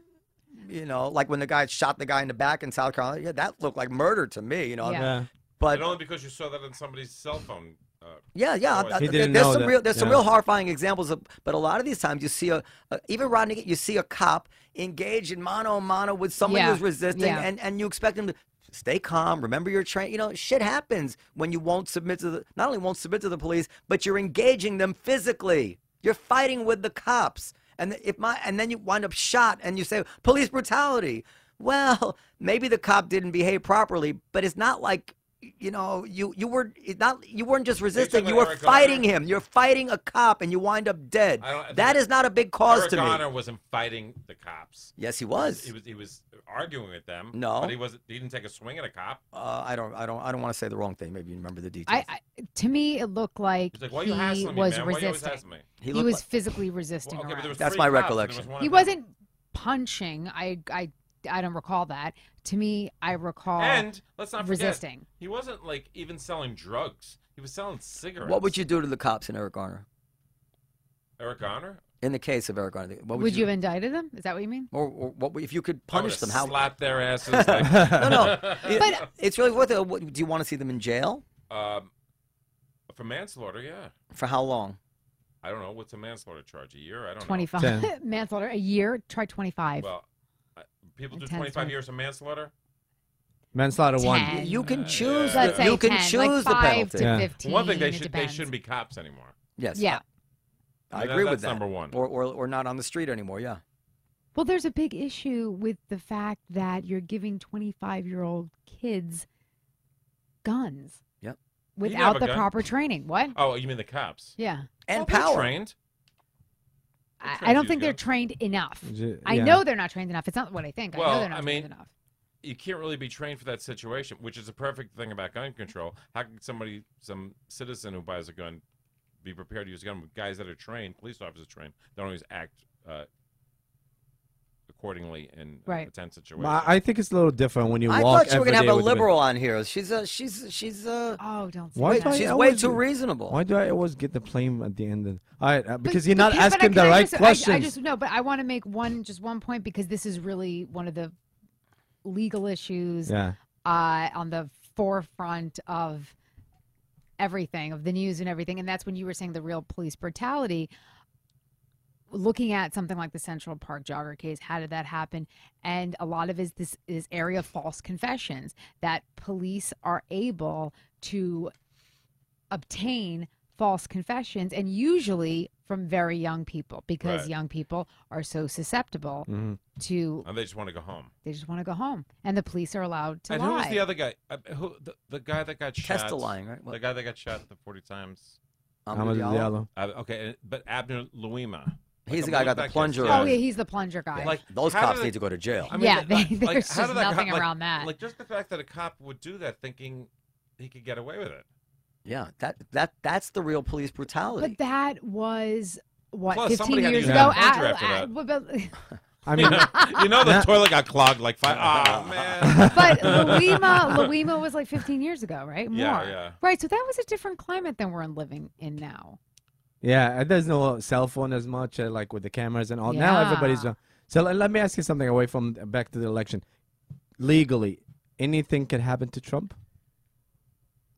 C: You know, like when the guy shot the guy in the back in South Carolina. Yeah, that looked like murder to me. You know,
F: Yeah.
E: Yeah.
C: but
D: And only because you saw that on somebody's cell phone. Uh,
C: yeah, yeah.
D: He
C: I- I-
E: didn't
C: there-
E: know
C: there's some
E: that,
C: real there's some
E: yeah.
C: real horrifying examples of. But a lot of these times you see a, a even Rodney you see a cop engaged in mano a mano with someone
F: Yeah,
C: who's resisting,
F: yeah.
C: and and you expect him to. Stay calm. Remember your train. You know, shit happens when you won't submit to the. Not only won't submit to the police, but you're engaging them physically. You're fighting with the cops, and if my and then you wind up shot, and you say police brutality. Well, maybe the cop didn't behave properly, but it's not like you know you you were it's not you weren't just resisting.
D: talking
C: You were
D: about Eric Garner?
C: fighting him. You're fighting a cop, and you wind up dead.
D: I don't-
C: That is not a big cause
D: Eric
C: to
D: Garner
C: me.
D: wasn't fighting the cops.
C: Yes, he was.
D: He was he was arguing with them.
C: No.
D: but he wasn't. He didn't take a swing at a cop.
C: Uh, I don't. I don't. I don't want to say the wrong thing. Maybe you remember the details.
F: I, I to me, it looked like,
D: He's like, "Why
F: he
D: you hassling me,
F: was
D: man? Why you always
F: resisting.
D: hassling me?"
C: he
F: he
C: looked
F: was
C: like-
F: physically resisting.
D: Well, okay, but there was
F: arrest.
C: That's
D: three
C: my
D: cops, and there
C: recollection.
D: was one
F: he
D: of them.
F: wasn't punching. I I I don't recall that. To me, I recall
D: And let's not forget,
F: resisting.
D: he wasn't like even selling drugs. He was selling cigarettes.
C: what would you do to the cops in Eric Garner?
D: Eric Garner?
C: In the case of Eric Garner, what would,
F: Would,
C: you?
F: you have indicted him? Is that what you mean?
C: or, or what? would- If you could
D: I
C: punish
D: would've
C: them, how?
D: Slap their asses. Like,
C: no, no. It-
F: But-
C: it's really worth it. What- Do you want to see them in jail
D: um, for manslaughter, yeah.
C: for how long?
D: I don't know what's a manslaughter charge. A year? I don't
F: Twenty five
E: Ten.
F: manslaughter a year. Try twenty
D: know.
F: five.
D: Well, I- people do
F: Intense,
D: 25
F: right?
D: years for manslaughter.
E: Manslaughter
F: Ten.
E: one.
C: You can
D: Uh,
C: choose. the-
D: yeah.
F: Let's say
C: you can
F: 10, like
C: choose the
F: five
C: penalty.
F: To
E: Yeah.
F: 15,
D: One thing they
F: it
D: should they
F: depends.
D: shouldn't be cops anymore.
C: Yes.
F: Yeah.
C: I, I
D: That-
C: agree with
D: that's
C: that.
D: number one.
C: Or, or or not on the street anymore. Yeah.
F: Well, there's a big issue with the fact that you're giving 25 year old kids guns.
C: Yep.
D: You can have a
F: Without the
D: gun.
F: proper training. What?
D: Oh, you mean the cops?
F: Yeah.
C: And
D: Well, they're
C: power.
D: trained. They're
F: I,
D: trained
F: I
D: to
F: don't
D: use
F: think they're
D: guns.
F: trained enough.
E: Ju-
F: I
E: yeah.
F: know they're not trained enough. It's not what I think. I know
D: Well,
F: they're not
D: I
F: trained
D: mean,
F: enough.
D: You can't really be trained for that situation, which is a perfect thing about gun control. How can somebody, some citizen who buys a gun, be prepared to use a gun? Guys that are trained, police officers trained, they don't always act uh, accordingly in
F: Right.
D: a tense situation.
E: Well, I think it's a little different when you
C: I
E: walk.
C: thought you were
E: every
C: gonna have
E: day
C: a
E: with women.
C: liberal on here. She's uh, she's she's uh,
F: Oh, don't say
E: Why
F: that.
E: do I
C: she's way
E: always
C: too
E: do-
C: reasonable.
E: Why do I always get the blame at the end? Of, all right, uh,
F: But-
E: because you're not
F: but can- but I-
E: asking
F: can
E: the
F: I
E: right
F: just- I-
E: questions.
F: I just no, but I want to make one just one point because this is really one of the legal issues
E: yeah.
F: uh, on the forefront of everything, of the news and everything. And that's when you were saying the real police brutality. Looking at something like the Central Park jogger case, how did that happen? And a lot of is this is area of false confessions that police are able to obtain false confessions and usually from very young people because
D: Right.
F: young people are so susceptible
E: mm-hmm.
F: to
D: and they just want to go home.
F: they just want to go home and the police are allowed to
D: and
F: lie.
D: who was the other guy? Uh, who the, the guy that got shot?
C: Testaline, right? What?
D: The guy that got shot the forty times.
E: Ahmed
C: Diallo.
E: Diallo.
D: Uh, okay, and- but Abner Luima.
C: He's the guy who got the plunger
F: Oh
C: on.
F: yeah, he's the plunger guy.
D: Like
C: Those
D: how did
C: cops
D: they-
C: need to go to jail.
D: I
F: Yeah,
D: like-
F: they-
D: like, like,
F: there's
D: how
F: just
D: did that
F: nothing
D: cop- like-
F: around that.
D: Like just the fact that a cop would do that, thinking he could get away with it.
C: Yeah, that that that's the real police brutality.
F: but that was what
D: Plus,
F: 15
D: somebody had to
F: years
D: get
F: ago.
D: a plunger after that.
F: but, but,
E: I mean,
D: you know the
E: Not-
D: toilet got clogged like five. Ah man.
F: but Louima, Louima was like 15 years ago, right? More.
D: Yeah, yeah.
F: Right. So that was a different climate than we're living in now.
E: yeah, and there's no cell phone as much, uh, like with the cameras and all. Now everybody's.
F: Yeah.
E: Uh, so let, let me ask you something away from back to the election. Legally, anything can happen to Trump.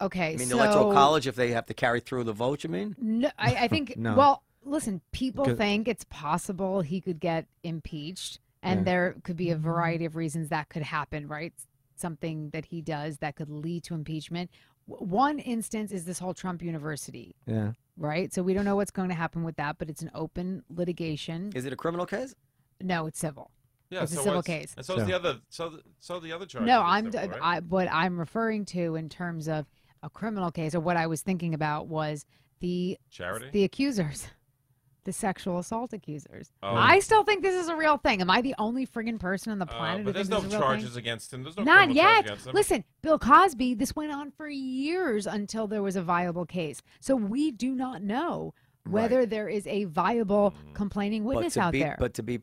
F: Okay.
C: I mean, the
F: so
C: electoral college, if they have to carry through the vote, you mean?
F: No, I, I think.
E: No.
F: Well, listen. People
E: Because-
F: think it's possible he could get impeached, and
E: Yeah.
F: there could be a variety of reasons that could happen. Right? Something that he does that could lead to impeachment. W- One instance is this whole Trump University,
E: Yeah.
F: right? So we don't know what's going to happen with that, but it's an open litigation.
C: Is it a criminal case?
F: no, it's civil.
D: Yeah,
F: It's a
D: so
F: civil
D: what's-
F: case.
D: And so is
E: So-
D: the other. So the, so the other charge.
F: No, I'm I, what I'm referring to in terms of a criminal case, or what I was thinking about was the
D: charity.
F: the accusers, the sexual assault accusers.
D: Oh.
F: I still think this is a real thing. Am I the only friggin' person on the
D: Uh,
F: planet who
D: but there's
F: thinks
D: no
F: this is a real
D: charges
F: thing?
D: against him. There's no
F: Not
D: criminal charge
F: yet.
D: against him.
F: Listen, Bill Cosby, this went on for years until there was a viable case. So we do not know whether there is a viable
D: Mm.
F: complaining witness
C: to
F: out
C: be,
F: there.
C: But to be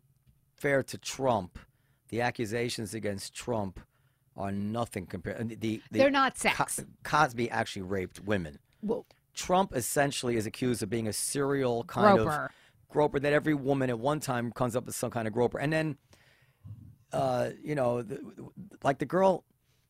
C: fair to Trump, the accusations against Trump are nothing compared. and The, the,
F: They're not
C: Co-
F: sex.
C: Cosby actually raped women.
F: Well,
C: Trump essentially is accused of being a serial kind
F: Groper.
C: of groper that every woman at one time comes up as some kind of groper. And then, uh, you know, the, like the girl,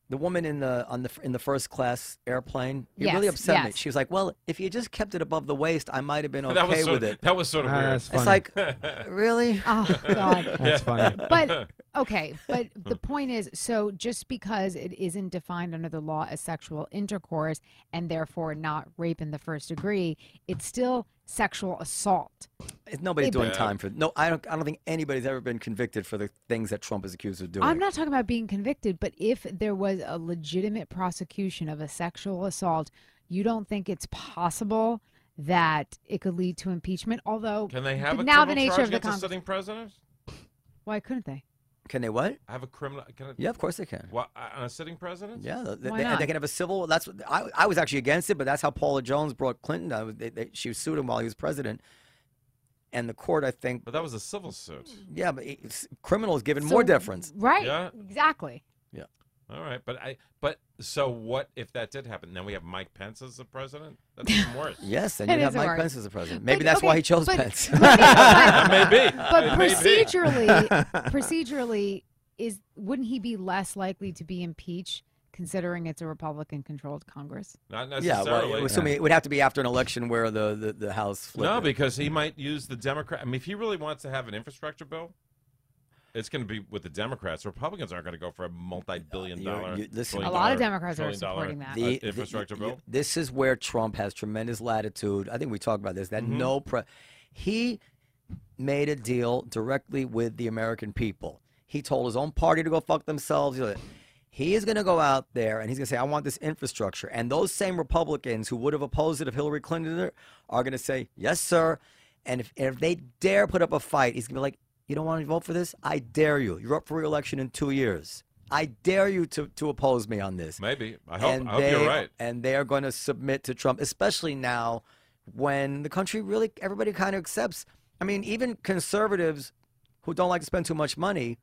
C: the woman in the on the in the first class airplane, it really
F: Yes,
C: upset me.
F: yes.
C: She was like, "Well, if you just kept it above the waist, I might have been
D: that was
C: okay
D: sort
C: with
D: of,
C: it."
D: That was sort of
E: Ah,
D: weird.
E: that's
C: It's
E: funny.
C: like, really?
F: oh, God.
E: that's funny.
F: but okay, but the point is so just because it isn't defined under the law as sexual intercourse and therefore not rape in the first degree, it's still sexual assault.
C: It's- Nobody's
F: Yeah,
C: doing
D: but-
C: time for no. I don't. I don't think anybody's ever been convicted for the things that Trump is accused of doing.
F: I'm not talking about being convicted, but if there was a legitimate prosecution of a sexual assault, you don't think it's possible that it could lead to impeachment? Although,
D: Can they have a criminal
F: now the nature
D: charge
F: of the
D: against a
F: con-
D: sitting president?
F: why couldn't they?
C: Can they what?
D: Have a criminal? Can I,
C: Yeah, of course they can.
D: What, uh, on a sitting president?
C: Yeah, th- they,
F: Why
C: they- and
F: not?
C: they can have a civil. That's what I, I was actually against it, but that's how Paula Jones brought Clinton. down. they, they, she sued him while he was president, and the court, I think,
D: But that was a civil suit.
C: yeah, but it's, criminal is given more
F: So-
C: deference.
F: Right.
D: Yeah.
F: Exactly.
D: All right, but I. But so what if that did happen? Then we have Mike Pence as the president. That's even worse.
C: Yes, and
F: It
C: you have
F: is a
C: Mike
F: worry.
C: Pence as the president. Maybe
F: But-
C: that's why
F: okay,
C: he chose
F: but-
C: Pence.
F: but- but-
D: Maybe.
F: but
D: It may be.
F: procedurally, procedurally is wouldn't he be less likely to be impeached considering it's a Republican-controlled Congress?
D: Not
C: yeah,
D: necessarily.
C: well, assuming it would have to be after an election where the the, the House flipped.
D: no,
C: it.
D: because he might use the Democrat. I mean, if he really wants to have an infrastructure bill, it's going to be with the Democrats. Republicans aren't going to go for a multi-billion
C: You're-
D: dollar.
C: you- listen-
D: trillion
F: A lot of
D: dollar-
F: Democrats are
D: trillion dollar,
F: supporting that.
D: uh,
F: The-
D: infrastructure
C: y-
D: bill.
C: This is where Trump has tremendous latitude. I think we talked about this. That
D: Mm-hmm.
C: no pre- he made a deal directly with the American people. He told his own party to go fuck themselves. He is going to go out there and he's going to say, "I want this infrastructure." And those same Republicans who would have opposed it if Hillary Clinton did it are going to say, "Yes, sir." And if, and if they dare put up a fight, he's going to be like, "You don't want to vote for this? I dare you. You're up for re-election in two years. I dare you to to oppose me on this."
D: Maybe. I hope.
C: and
D: I hope
C: they,
D: you're right.
C: And they are going to submit to Trump, especially now when the country really, everybody kind of accepts. I mean, even conservatives who don't like to spend too much money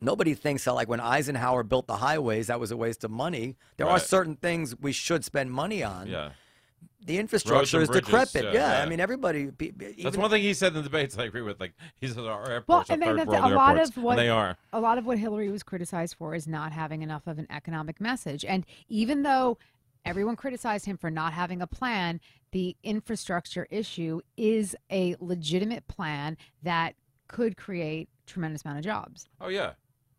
C: Nobody thinks that, like when Eisenhower built the highways, that was a waste of money. There are
D: Right.
C: certain things we should spend money on.
D: Yeah.
C: The infrastructure is
D: bridges,
C: decrepit.
D: yeah,
C: Yeah,
D: yeah.
C: I mean, everybody. pe- pe-
D: That's
C: even-
D: one thing he said in the debates. I agree with. Like he said, our
F: Well,
D: airports
F: and
D: are
F: then
D: third
F: that's
D: world
F: a lot
D: airports,
F: of what
D: and they are.
F: a lot of what Hillary was criticized for is not having enough of an economic message. And even though everyone criticized him for not having a plan, the infrastructure issue is a legitimate plan that could create tremendous amount of jobs.
D: Oh yeah,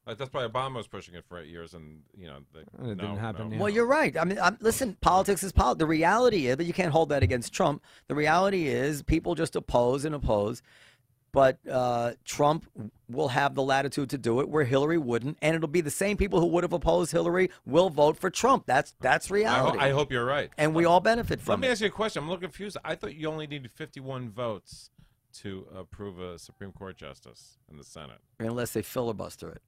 D: like that's probably Obama was pushing it for eight years, and you know, like,
E: And it
D: no,
E: didn't happen,
D: no.
E: yeah.
C: Well, you're right. I mean, I'm, listen, politics is politics. The reality is that you can't hold that against Trump. The reality is people just oppose and oppose. But uh, Trump will have the latitude to do it where Hillary wouldn't, and it'll be the same people who would have opposed Hillary will vote for Trump. That's that's
D: I, ho-
C: reality,
D: I hope you're right.
C: and we all benefit
D: Let
C: from
D: me
C: it.
D: ask you a question. I'm a little confused. I thought you only needed 51 votes to approve a Supreme Court justice in the Senate.
C: Unless they filibuster it,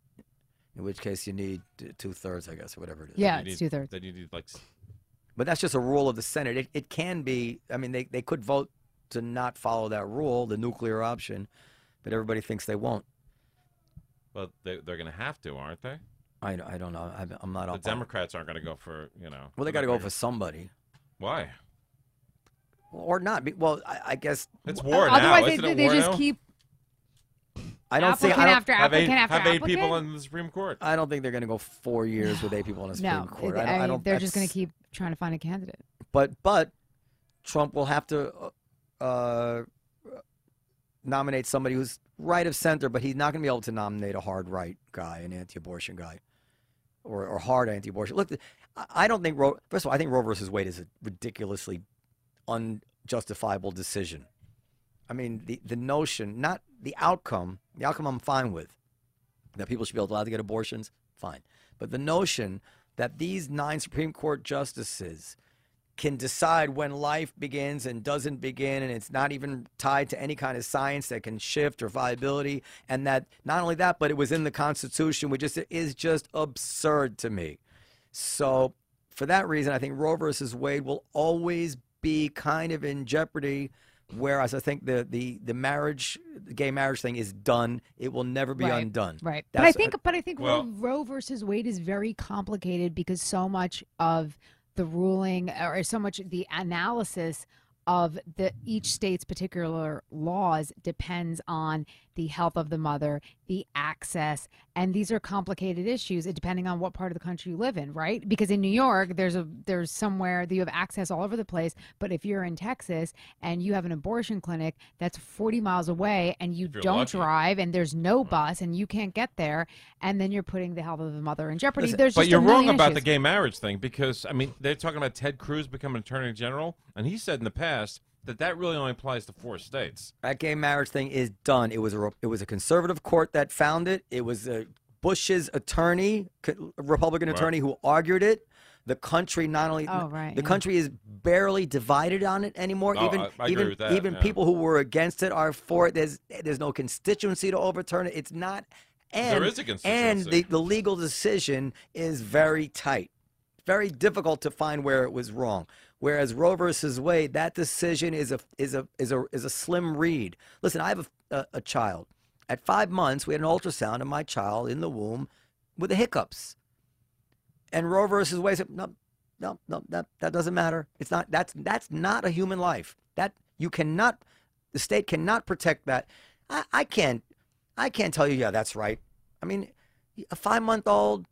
C: in which case you need two thirds, I guess, or whatever it is.
F: Yeah,
D: You
F: it's
D: need-
F: two thirds.
D: Then you need like s-
C: But that's just a rule of the Senate. It, it can be, I mean, they, they could vote to not follow that rule, the nuclear option, but everybody thinks they won't.
D: Well, they, they're going to have to, aren't they?
C: I, I don't know. I'm, I'm not
D: The
C: up. on-
D: Democrats aren't going to go for, you know.
C: well, they got to go for somebody
D: Why?
C: or not. Be- Well, I, I guess
D: It's war now.
F: Uh, Otherwise,
D: Isn't
F: they,
D: it
F: they
D: war
F: just
D: now?
F: keep
C: I don't see.
F: applicant
C: I don't,
F: after
D: have eight,
F: applicant after
D: have eight
F: applicant.
D: people in the Supreme Court.
C: I don't think they're going to go four years with eight people on the Supreme
F: no,
C: Court.
F: it-
C: I don't,
F: I mean,
C: don't-
F: they're just going
C: that's-
F: to keep trying to find a candidate.
C: But but Trump will have to uh, uh, nominate somebody who's right of center, but he's not going to be able to nominate a hard right guy, an anti-abortion guy, or or hard anti-abortion. Look, I- I don't think Roe. First of all, I think Roe versus Wade is a ridiculously unjustifiable decision. I mean, the the notion, not the outcome. The outcome I'm fine with that people should be allowed to get abortions, fine. But the notion that these nine Supreme Court justices can decide when life begins and doesn't begin, and it's not even tied to any kind of science that can shift or viability, and that not only that, but it was in the Constitution, which is, is just absurd to me. So, for that reason, I think Roe versus Wade will always be kind of in jeopardy. Whereas I think the the the marriage, the gay marriage thing is done. It will never be
F: Right,
C: undone.
F: Right. but I
C: That's- uh,
F: think, but I think
D: Well-
F: Roe, Roe versus Wade is very complicated because so much of the ruling or so much the analysis of the each state's particular laws depends on the health of the mother, the access, and these are complicated issues uh, depending on what part of the country you live in, right? Because in New York, there's a there's somewhere that you have access all over the place, but if you're in Texas and you have an abortion clinic that's 40 miles away and you
D: you're
F: don't
D: lucky. Mm.
F: drive and there's no bus and you can't get there, and then you're putting the health of the mother in jeopardy.
C: Listen,
F: there's
D: But
F: just a
D: you're wrong
F: million
D: about the
F: issues.
D: gay marriage thing because I mean they're talking about Ted Cruz becoming Attorney General, and he said in the past that that really only applies to four states.
C: That gay marriage thing is done. It was a re- it was a conservative court that found it. It was uh Bush's attorney, co- Republican attorney, who argued it. The country not only
F: Oh, right,
C: the
F: yeah.
C: country is barely divided on it anymore.
D: Oh,
C: even
D: I- I agree
C: even
D: with that,
C: even
D: yeah.
C: people who were against it are for it. There's there's no constituency to overturn it. It's not. And,
D: is a
C: and
D: constituency.
C: the, the legal decision is very tight very difficult to find where it was wrong. Whereas Roe versus Wade, that decision is a is a is a is a slim read. Listen, I have a, a, a child. At five months, we had an ultrasound of my child in the womb with the hiccups. And Roe versus Wade said, no, no, no, that that doesn't matter. It's not that's that's not a human life. That you cannot, the state cannot protect that. I, I can't, I can't tell you. Yeah, that's right. I mean, a five month old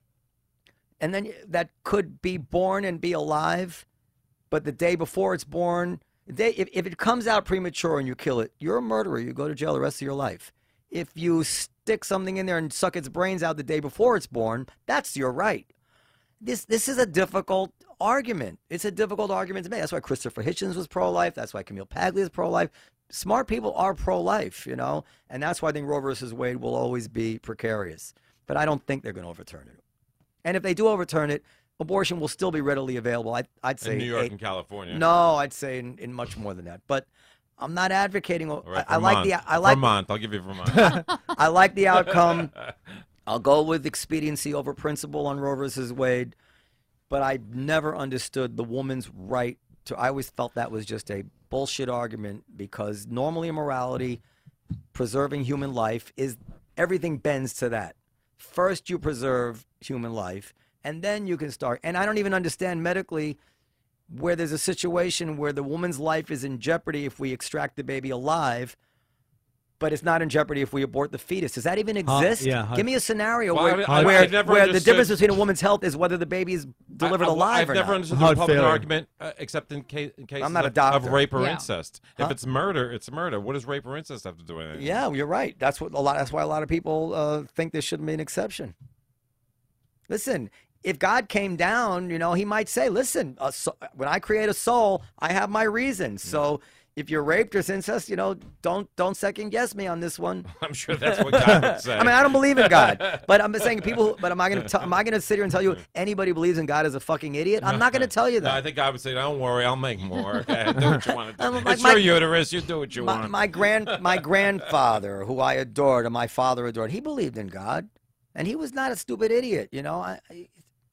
C: and then that could be born and be alive, but the day before it's born, they, if, if it comes out premature and you kill it, you're a murderer. You go to jail the rest of your life. If you stick something in there and suck its brains out the day before it's born, that's your right. This this is a difficult argument. It's a difficult argument to make. That's why Christopher Hitchens was pro-life. That's why Camille Paglia is pro-life. Smart people are pro-life, you know, and that's why I think Roe versus Wade will always be precarious. But I don't think they're going to overturn it. And if they do overturn it, abortion will still be readily available. I, I'd say
D: In New York
C: eight-
D: and California.
C: no, I'd say in, in much more than that. But I'm not advocating.
D: All right,
C: I, I like the
D: Vermont.
C: I like
D: Vermont. I'll give you Vermont.
C: I like the outcome. I'll go with expediency over principle on Roe versus Wade, but I never understood the woman's right to. I always felt that was just a bullshit argument because normally in morality, preserving human life is everything bends to that. First, you preserve human life, and then you can start. And I don't even understand medically where there's a situation where the woman's life is in jeopardy if we extract the baby alive, but it's not in jeopardy if we abort the fetus. Does that even exist?
E: yeah, how-
C: Give me a scenario
D: Well,
C: where,
D: I- I- I
C: where,
D: never
C: where the
D: understood-
C: difference between a woman's health is whether the baby is delivered
D: I- I-
C: alive
D: I've
C: or
D: never
C: not.
D: understood
E: Hard
D: the Republican
E: failure.
D: argument, uh, except in, case, in cases
C: I'm not a
D: of, of
C: doctor.
D: rape or
F: Yeah.
D: incest. If it's murder, it's murder. What does rape or incest have to do with anything?
C: Yeah, you're right. That's what a lot. That's why a lot of people uh, think there shouldn't be an exception. Listen, if God came down, you know, He might say, "Listen, a so- when I create a soul, I have my
D: Hmm.
C: reasons." So, if you're raped or incest, you know, don't don't second guess me on this one.
D: I'm sure that's what God would say.
C: I mean, I don't believe in God, but I'm saying people. Who, but am I gonna t- am I gonna sit here and tell you anybody believes in God is a fucking idiot? I'm not gonna tell you
D: No, I
C: that.
D: think God would say, "Don't worry, I'll make more. Yeah, do what you want to do.
C: I'm Um, like
D: it's your
C: my-
D: uterus. You do what you
C: My,
D: want."
C: my grand my grandfather, who I adored, and my father adored, he believed in God, and he was not a stupid idiot. You know, I I,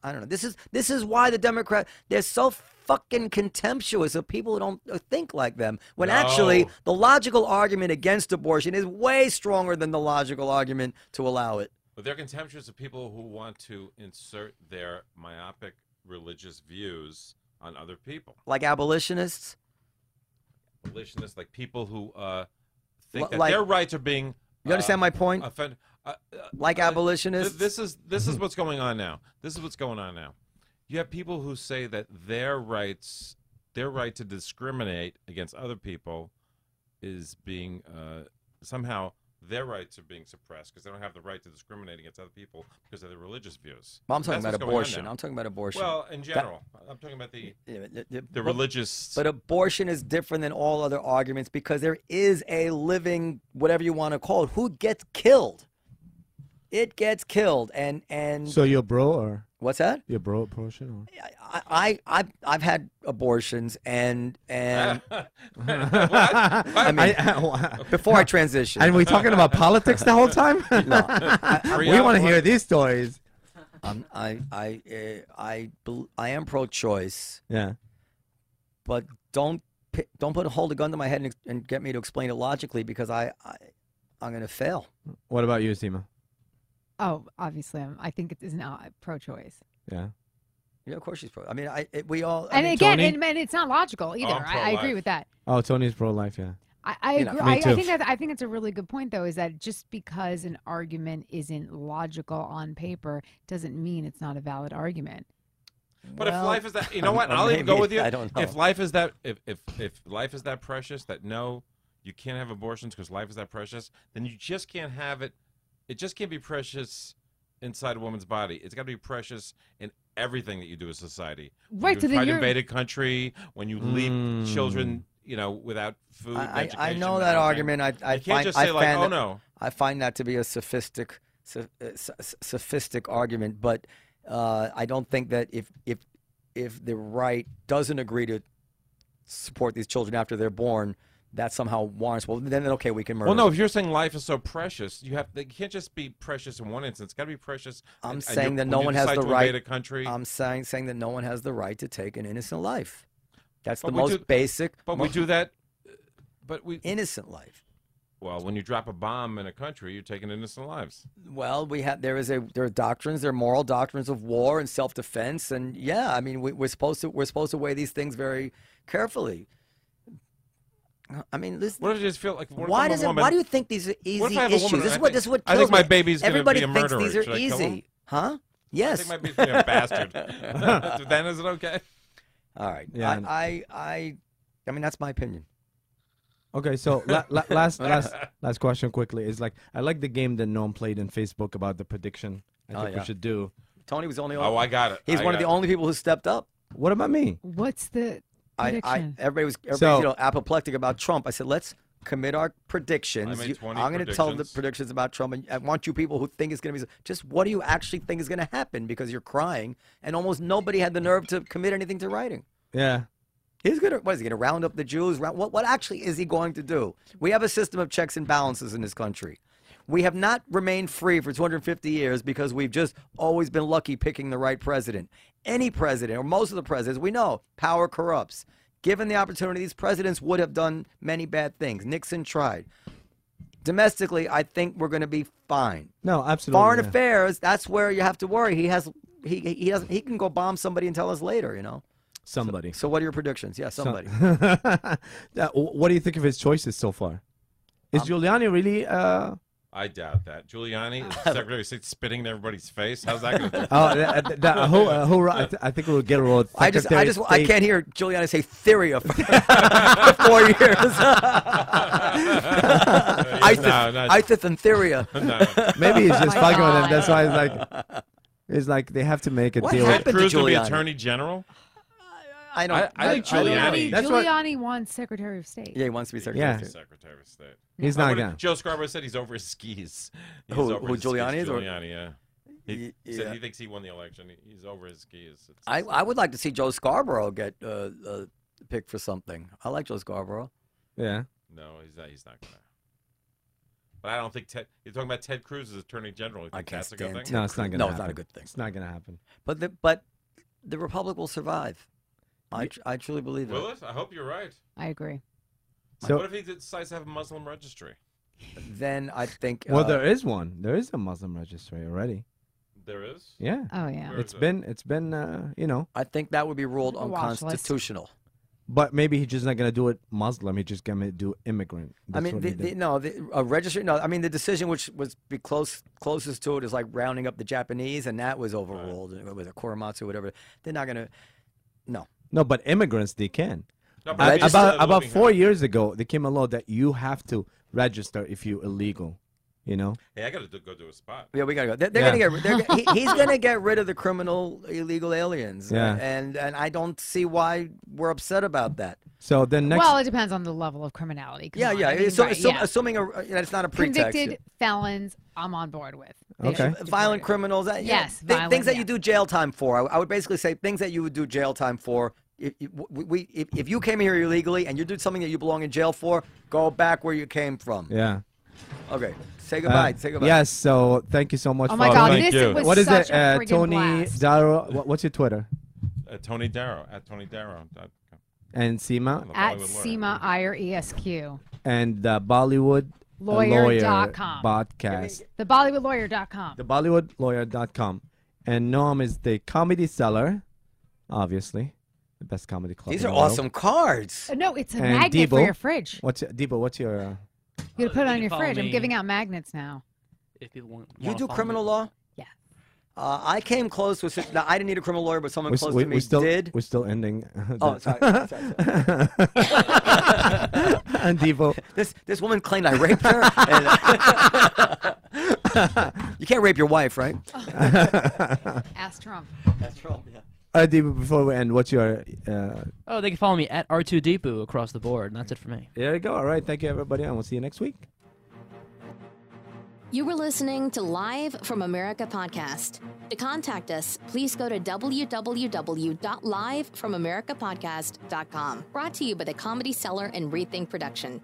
C: I don't know. This is this is why the Democrat they're so fucking contemptuous of people who don't uh, think like them. When actually
D: No.
C: the logical argument against abortion is way stronger than the logical argument to allow it.
D: But they're contemptuous of people who want to insert their myopic religious views on other people.
C: Like abolitionists,
D: Abolitionists, like people who uh, think
C: Li-
D: that
C: like-
D: their rights are being.
C: you understand my point?
D: Offend- uh, uh,
C: Like
D: uh,
C: abolitionists.
D: Th- This is this
C: Mm-hmm.
D: is what's going on now. This is what's going on now. You have people who say that their rights, their right to discriminate against other people, is being uh, somehow their rights are being suppressed because they don't have the right to discriminate against other people because of their religious views.
C: Well, I'm talking
D: That's
C: about
D: what's going
C: abortion.
D: on now.
C: I'm talking about abortion.
D: Well, in general, I'm talking about the
C: Yeah, but the- the-
D: the
C: but-
D: religious.
C: But abortion is different than all other arguments because there is a living, whatever you want to call it, who gets killed. It gets killed, and and
E: So you're bro or
C: what's that?
E: you're bro abortion or?
C: I, I I've, I've had abortions, and and
D: Ah.
E: I mean,
C: before I transition,
E: and we're talking about politics the whole time. we want to hear these stories.
C: um, I I uh, I bel- I am pro-choice,
E: Yeah.
C: but don't pi- don't put hold a gun to my head and, and get me to explain it logically because I, I I'm gonna fail.
E: What about you, Sima?
F: Oh, obviously, I'm, I think it is not pro-choice.
E: Yeah.
C: Yeah, of course she's pro. I mean, I it, we all. I
F: and
C: mean,
F: again,
E: Tony?
F: and, and it's not logical either. I, I agree
D: pro-life.
F: with that.
E: Oh, Tony's pro-life. Yeah.
F: I, I
C: You know,
F: agree.
E: me
F: I, I
E: too.
F: think that I think it's a really good point though. Is that just because an argument isn't logical on paper doesn't mean it's not a valid argument.
D: But
C: Well,
D: if life is that, you know what?
C: or
D: I'll even go
C: maybe,
D: with you.
C: I don't
D: If
C: know.
D: life is that, if if if life is that precious, that no, you can't have abortions because life is that precious. Then you just can't have it. It just can't be precious inside a woman's body. It's got to be precious in everything that you do as society. When
F: Right,
D: You
F: so then
D: invade
F: you're-
D: invaded country. When you leave
E: Mm.
D: children, you know, without food. and
C: Hmm. I, I I
D: education
C: know
D: and
C: that
D: housing.
C: argument. I, I
D: you can't
C: find,
D: just
C: I
D: say like,
C: find
D: oh
C: that,
D: no.
C: I find that to be a sophistic, so- uh, so- so- sophistic argument. But uh, I don't think that if if if the right doesn't agree to support these children after they're born, that somehow warrants. Well, then, then okay, we can murder.
D: Well, no.
C: them.
D: If you're saying life is so precious, you have. It can't just be precious in one instance. It's got to be precious.
C: I'm
D: and- and
C: saying
D: you-
C: that
D: when
C: no
D: you
C: one has
D: decide
C: the
D: to
C: right-
D: Invade a country.
C: I'm saying saying that no one has the right to take an innocent life. That's
D: But
C: the
D: we
C: most
D: do-
C: basic,
D: But we
C: most
D: do that. But we
C: innocent life.
D: well, when you drop a bomb in a country, you're taking innocent lives.
C: Well, we have there is a there are doctrines, there are moral doctrines of war and self defense, and yeah, I mean we, we're supposed to we're supposed to weigh these things very carefully. I mean, this,
D: What if you just feel like? What if
C: why
D: I'm a
C: does it?
D: woman-
C: Why do you think these are
D: What
C: easy
D: if I have a
C: issues?
D: woman and
C: this
D: I
C: is what
D: think-
C: this is what
D: I think
C: kills
D: my
C: me.
D: baby's gonna
C: Everybody
D: be a
C: thinks these
D: murderer.
C: are
D: Should I kill him?
C: easy, huh?
D: I
C: Yes.
D: think my baby's being a bastard. then is it okay?
C: All right.
E: Yeah.
C: I, I I I mean that's my opinion.
E: Okay, so la- la- last last last question quickly is like I like the game that Noam played in Facebook about the prediction. I
C: Oh,
E: think
C: yeah.
E: we should do.
C: Tony was the only.
D: Oh, I got it.
C: he's
D: I
C: one of the
D: got
C: only people who stepped up.
E: What about me?
F: What's the
C: I, I
F: prediction?
C: everybody was everybody,
E: So-
C: you know apoplectic about Trump. I said let's commit our predictions.
D: I made
C: You-
D: 20
C: I'm going to tell the
D: predictions.
C: predictions about Trump, and I want you people who think it's going to be just what do you actually think is going to happen because you're crying, and almost nobody had the nerve to commit anything to writing.
E: Yeah.
C: He's going to what is he going to round up the Jews? Round, what what actually is he going to do? We have a system of checks and balances in this country. We have not remained free for 250 years because we've just always been lucky picking the right president. Any president, or most of the presidents, we know power corrupts. Given the opportunity, these presidents would have done many bad things. Nixon tried. domestically, I think we're going to be fine.
E: No, absolutely.
C: Foreign
E: Oh, yeah.
C: affairs, that's where you have to worry. He has he he doesn't he can go bomb somebody and tell us later, you know.
E: Somebody.
C: So what are your predictions? Yeah, somebody.
E: That- wh- what do you think of his choices so far? Is Giuliani really? Uh,
D: I doubt that. Giuliani is Secretary of State spitting in everybody's face. How's that going to
E: oh, th- th- that- who, uh, who, I, th- I think we'll get rolled.
C: I just, I
E: Secretary
C: just,
E: of
C: I
E: State.
C: can't hear Giuliani say Theria for, for four years. Isis,
D: no, no.
C: Isis and Theria.
D: no, no.
E: Maybe he's just
F: My
E: fucking with them.
F: God.
E: That's why it's like, it's like they have to make a
C: What
E: deal.
C: happened? to
D: Cruz going to
C: Giuliani.
D: be Attorney General?
C: I don't.
D: I- I think
C: don't-
D: Giuliani-
E: That's what-
F: Giuliani wants Secretary of State.
C: Yeah, he wants to be Secretary.
E: Yeah.
C: of State.
D: Secretary of State.
E: He's
D: I
E: not
D: would've-
E: gonna.
D: Joe Scarborough said he's over his skis. He's
C: Who-
D: over
C: who,
D: his skis.
C: Giuliani is, or-
D: Giuliani, yeah. He
C: Y-
D: said
C: yeah.
D: he thinks he won the election. He- He's over his skis. It's-
C: I, I would like to see Joe Scarborough get uh, uh, picked for something. I like Joe Scarborough.
E: Yeah.
D: No, he's not. He's not gonna. But I don't think Ted. You're talking about Ted Cruz as Attorney General. You
C: I
D: think
C: can't
D: that's a good
C: stand
D: thing?
C: Ted
E: No, it's not
C: Cruz.
E: gonna.
C: No,
E: happen.
C: it's not a good thing.
E: It's not gonna happen.
C: But the, but the Republic will survive. I, tr- I truly believe
D: Will
C: it.
D: it? I hope you're right.
F: I agree.
E: So,
D: what if he decides to have a Muslim registry?
C: Then I think.
E: well,
C: uh,
E: there is one. There is a Muslim registry already.
D: There is.
E: Yeah.
F: Oh yeah.
D: Where
E: It's
D: is it?
E: been. It's been. Uh, you know.
C: I think that would be ruled
F: Like a watch list.
C: unconstitutional.
E: But maybe he's just not gonna do it Muslim. He's just gonna do immigrant.
C: I
E: That's
C: mean,
E: what
C: the,
E: he
C: the,
E: did.
C: no, the, a registry. No, I mean the decision which was be close closest to it is like rounding up the Japanese, and that was overruled. It was a Korematsu, whatever. They're not gonna. No,
E: no, but immigrants they can.
D: No, but I
E: I-
D: mean, it's still
E: about about
D: living
E: four
D: here.
E: years ago, there came a law that you have to register if you're illegal. You know.
D: Hey, I gotta do, go do a spot.
C: yeah, we gotta go. They're, they're
E: Yeah.
C: gonna get. They're, he, he's gonna get rid of the criminal illegal aliens.
E: Yeah.
C: and and I don't see why we're upset about that.
E: So then next.
F: Well, it depends on the level of criminality. Come
C: Yeah,
F: on,
C: yeah.
F: I mean,
C: so,
F: right,
C: so-
F: yeah.
C: assuming a, that's not a pretext.
F: convicted felons, I'm on board with. They
E: Okay.
F: should be
C: violent
F: deported.
C: criminals. that- yeah,
F: Yes,
C: thi-
F: violent,
C: things that
F: yeah.
C: you do jail time for. I, I would basically say things that you would do jail time for. If, if- we, we, if, if you came here illegally and you did something that you belong in jail for, go back where you came from.
E: yeah.
C: Okay, say
E: Uh,
C: goodbye. say goodbye.
E: Yes. So thank you so much.
F: Oh
E: for
F: my
D: Oh,
F: God,
D: thank
F: this
D: you.
F: was
E: What is
F: such
E: it,
F: a
E: uh,
F: friggin'
E: Tony
F: blast.
E: Darrow? wha- What's your Twitter?
D: Uh, Tony Darrow at Tony Darrow. dot com.
E: And Seema
F: at E
D: Bollywood lawyer.
F: SEMA IR ESQ,
E: and uh, Bollywood
F: Lawyer
E: Lawyer
F: dot com.
E: podcast.
F: the BollywoodLawyer.com.
E: The BollywoodLawyer.com. And Noam is the comedy seller, obviously, the best comedy club.
C: These
E: in
C: are
E: the world.
C: awesome cards.
F: Uh, no, it's a
E: And
F: magnet for
E: Debo.
F: your fridge.
E: What's your, Debo? What's your? Uh,
F: You gotta put it
G: You
F: on
G: can
F: your
G: follow
F: fridge. I'm
G: me.
F: giving out magnets now.
G: if people want,
C: You do criminal law?
F: Yeah.
C: Uh, I came close to. a sit- Now, I didn't need a criminal lawyer, but someone
E: we,
C: close
E: we,
C: to me
E: we still
C: did.
E: we're still ending. the-
C: Oh, sorry. sorry, sorry.
E: and Debo,
C: This this woman claimed I raped her. and- you can't rape your wife, right?
F: Oh. Ask Trump.
C: That's wrong. Yeah.
E: uh, Debo, before we end, what's your? Uh,
G: Oh, they can follow me at R2 Deepu across the board, and that's it for me.
E: there you go. All right, thank you everybody, and we'll see you next week.
A: You were listening to Live from America podcast. To contact us, please go to www.livefromamericapodcast.com. Brought to you by the Comedy Cellar and Rethink Production.